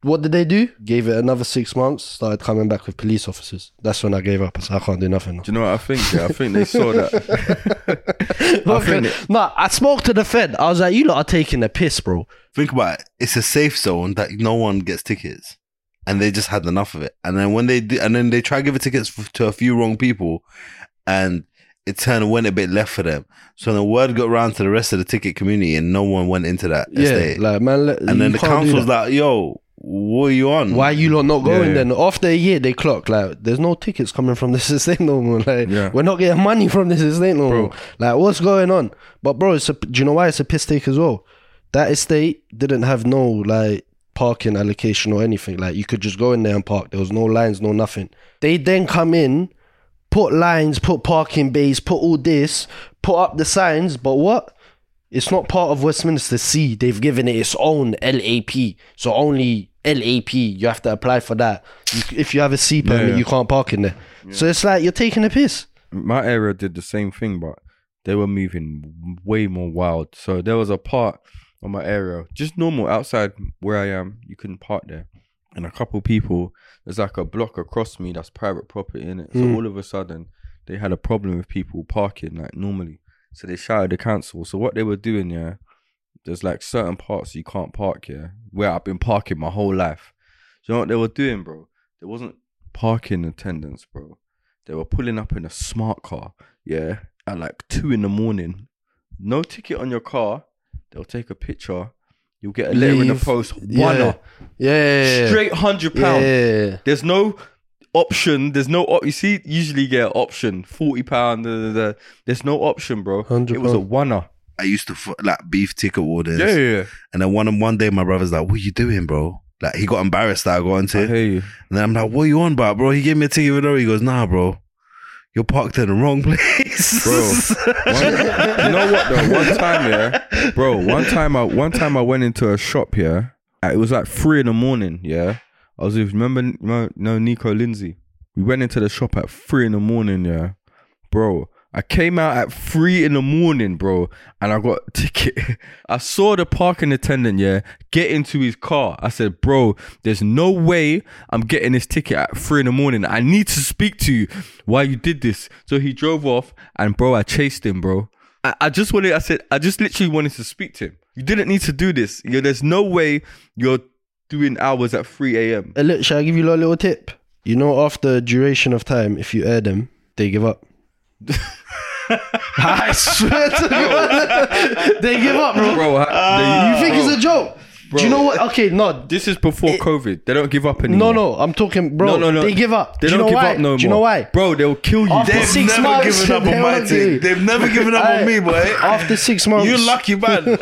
[SPEAKER 3] What did they do? Gave it another six months, started coming back with police officers. That's when I gave up. I said, I can't do nothing. now."
[SPEAKER 4] Do you know what I think? Yeah, I think they saw that. think it-
[SPEAKER 3] no, I spoke to the Fed. I was like, you lot are taking a piss, bro.
[SPEAKER 1] Think about it. It's a safe zone that no one gets tickets. And they just had enough of it. And then when they do, and then they try to give tickets f- to a few wrong people and it turned went a bit left for them. So the word got round to the rest of the ticket community and no one went into that estate.
[SPEAKER 3] Yeah, like man.
[SPEAKER 1] and then the council's like, yo, what are you on?
[SPEAKER 3] why you lot not going
[SPEAKER 4] yeah.
[SPEAKER 3] then? After a year, they clock like there's no tickets coming from this estate no more. Like
[SPEAKER 4] Yeah.
[SPEAKER 3] we're not getting money from this estate no more. Like what's going on? But bro, it's a, do you know why it's a piss take as well? That estate didn't have no like parking allocation or anything. Like you could just go in there and park. There was no lines, no nothing. They then come in put lines, put parking bays, put all this, put up the signs, but what? It's not part of Westminster C. They've given it its own LAP. So only LAP, you have to apply for that. You, if you have a C permit,
[SPEAKER 4] yeah.
[SPEAKER 3] you can't park in there. So it's like you're taking a piss.
[SPEAKER 4] my area did the same thing, but they were moving way more wild. So there was a part of my area, just normal outside where I am, you couldn't park there. And a couple people, there's like a block across me that's private property in it. So
[SPEAKER 3] Hmm.
[SPEAKER 4] all of a sudden, they had a problem with people parking like normally. So they shouted the council. So what they were doing, yeah, there's like certain parts you can't park here where I've been parking my whole life. Do you know what they were doing, bro? There wasn't parking attendants, bro. They were pulling up in a smart car, yeah, at like two in the morning. No ticket on your car. They'll take a picture. You'll get a letter in
[SPEAKER 3] Leave.
[SPEAKER 4] the post.
[SPEAKER 3] Yeah.
[SPEAKER 4] One up.
[SPEAKER 3] Yeah.
[SPEAKER 4] straight hundred pound.
[SPEAKER 3] Yeah.
[SPEAKER 4] There's no option. There's no op- you see usually you get an option forty pound. Da, da, da. There's no option, bro.
[SPEAKER 3] £100.
[SPEAKER 4] It was a oneer.
[SPEAKER 1] I used to fu- like beef ticket orders.
[SPEAKER 4] yeah.
[SPEAKER 1] And then one one day my brother's like, What you doing, bro? Like he got embarrassed that I got into
[SPEAKER 4] I
[SPEAKER 1] it.
[SPEAKER 4] hear you.
[SPEAKER 1] And then I'm like, What you on about, bro? He gave me a ticket with her. He goes, Nah, bro. You're parked in the wrong place.
[SPEAKER 4] Bro. One- you know what though? One time, yeah, bro. One time, I one time I went into a shop here. Yeah, it was like three in the morning. Yeah, I was with remember no, no Nico Lindsay. We went into the shop at three in the morning. Yeah, bro. I came out at three in the morning, bro, and I got a ticket. I saw the parking attendant, yeah, get into his car. I said, bro, there's no way I'm getting this ticket at three in the morning. I need to speak to you why you did this. So he drove off, and bro, I chased him, bro. I, I just wanted, I said, I just literally wanted to speak to him. You didn't need to do this. You know, there's no way you're doing hours at 3 a.m.
[SPEAKER 3] Hey, Uh, look, shall I give you lot a little tip? You know, after a duration of time, if you air them, they give up. I swear to God, they give up, bro.
[SPEAKER 4] Bro, I-
[SPEAKER 3] You think it's a joke? Do you know what? Okay, no.
[SPEAKER 4] this is before COVID. They don't give up
[SPEAKER 3] No,
[SPEAKER 4] anymore.
[SPEAKER 3] no, I'm talking, bro.
[SPEAKER 4] no, no, no.
[SPEAKER 3] They give up.
[SPEAKER 4] They
[SPEAKER 3] Do you
[SPEAKER 4] don't
[SPEAKER 3] know
[SPEAKER 4] give
[SPEAKER 3] why?
[SPEAKER 4] up no more.
[SPEAKER 3] Do you know why?
[SPEAKER 4] Bro, they'll kill you.
[SPEAKER 3] After
[SPEAKER 1] They've
[SPEAKER 3] six
[SPEAKER 1] never
[SPEAKER 3] months,
[SPEAKER 1] given up
[SPEAKER 3] they
[SPEAKER 1] on my
[SPEAKER 3] won't do.
[SPEAKER 1] ticket. They've never given up on
[SPEAKER 3] Aye.
[SPEAKER 1] me, boy.
[SPEAKER 3] After six months,
[SPEAKER 1] You lucky man.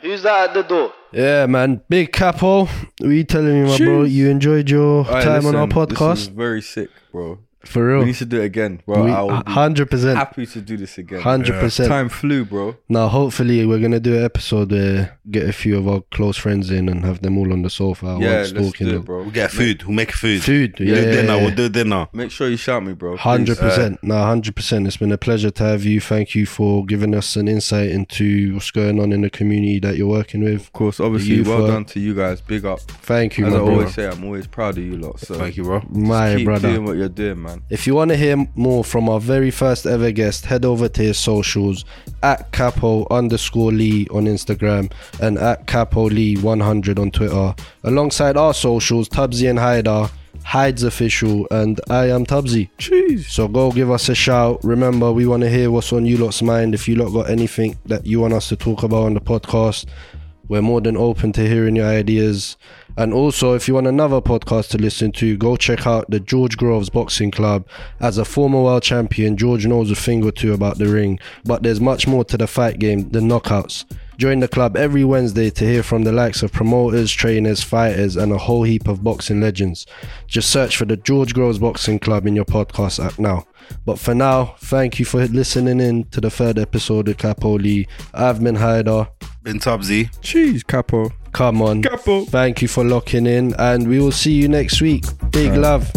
[SPEAKER 2] Who's that at the door?
[SPEAKER 3] Yeah, man. Big capo. We telling you, my bro. You enjoyed your
[SPEAKER 4] Alright,
[SPEAKER 3] time on our
[SPEAKER 4] listen, this is
[SPEAKER 3] podcast.
[SPEAKER 4] very sick, bro.
[SPEAKER 3] For
[SPEAKER 4] We
[SPEAKER 3] real.
[SPEAKER 4] need to do it again, bro. I will be
[SPEAKER 3] Hundred percent.
[SPEAKER 4] happy to do this again.
[SPEAKER 3] Hundred percent.
[SPEAKER 4] Time flew, bro.
[SPEAKER 3] Now, hopefully, we're gonna do an episode where get a few of our close friends in and have them all on the sofa.
[SPEAKER 4] yeah,
[SPEAKER 3] Yeah,
[SPEAKER 4] let's
[SPEAKER 3] stalking
[SPEAKER 4] do
[SPEAKER 3] them.
[SPEAKER 4] it, bro.
[SPEAKER 1] We'll get food. We'll make food.
[SPEAKER 3] Food.
[SPEAKER 1] We'll do dinner.
[SPEAKER 3] Yeah.
[SPEAKER 1] We'll do dinner.
[SPEAKER 4] Make sure you shout me, bro. please.
[SPEAKER 3] Hundred percent. No, hundred percent. It's been a pleasure to have you. Thank you for giving us an insight into what's going on in the community that you're working with.
[SPEAKER 4] Of course, obviously,
[SPEAKER 3] You've,
[SPEAKER 4] well
[SPEAKER 3] uh,
[SPEAKER 4] done to you guys. Big up.
[SPEAKER 3] Thank you,
[SPEAKER 4] As I
[SPEAKER 3] my brother.
[SPEAKER 4] always say, I'm always proud of you lot. So
[SPEAKER 1] Thank you, bro.
[SPEAKER 4] just
[SPEAKER 3] My
[SPEAKER 4] keep
[SPEAKER 3] brother.
[SPEAKER 4] doing what you're doing, man.
[SPEAKER 3] If you want to hear more from our very first ever guest, head over to his socials at capo underscore lee on Instagram and at capo lee 100 on Twitter. Alongside our socials, Tubbsy and Hyde are Hyde's official and I am Tubbsy. So go give us a shout. Remember, we want to hear what's on you lot's mind. If you lot got anything that you want us to talk about on the podcast, we're more than open to hearing your ideas. And also, if you want another podcast to listen to, go check out the George Groves Boxing Club. As a former world champion, George knows a thing or two about the ring, but there's much more to the fight game than knockouts. Join the club every Wednesday to hear from the likes of promoters, trainers, fighters, and a whole heap of boxing legends. Just search for the George Groves Boxing Club in your podcast app now. But for now, thank you for listening in to the third episode of Capoli. I've been Haider.
[SPEAKER 1] Been Tubbsy.
[SPEAKER 4] Cheese, capo.
[SPEAKER 3] Come on.
[SPEAKER 4] Capo.
[SPEAKER 3] Thank you for locking in, and we will see you next week. Big love.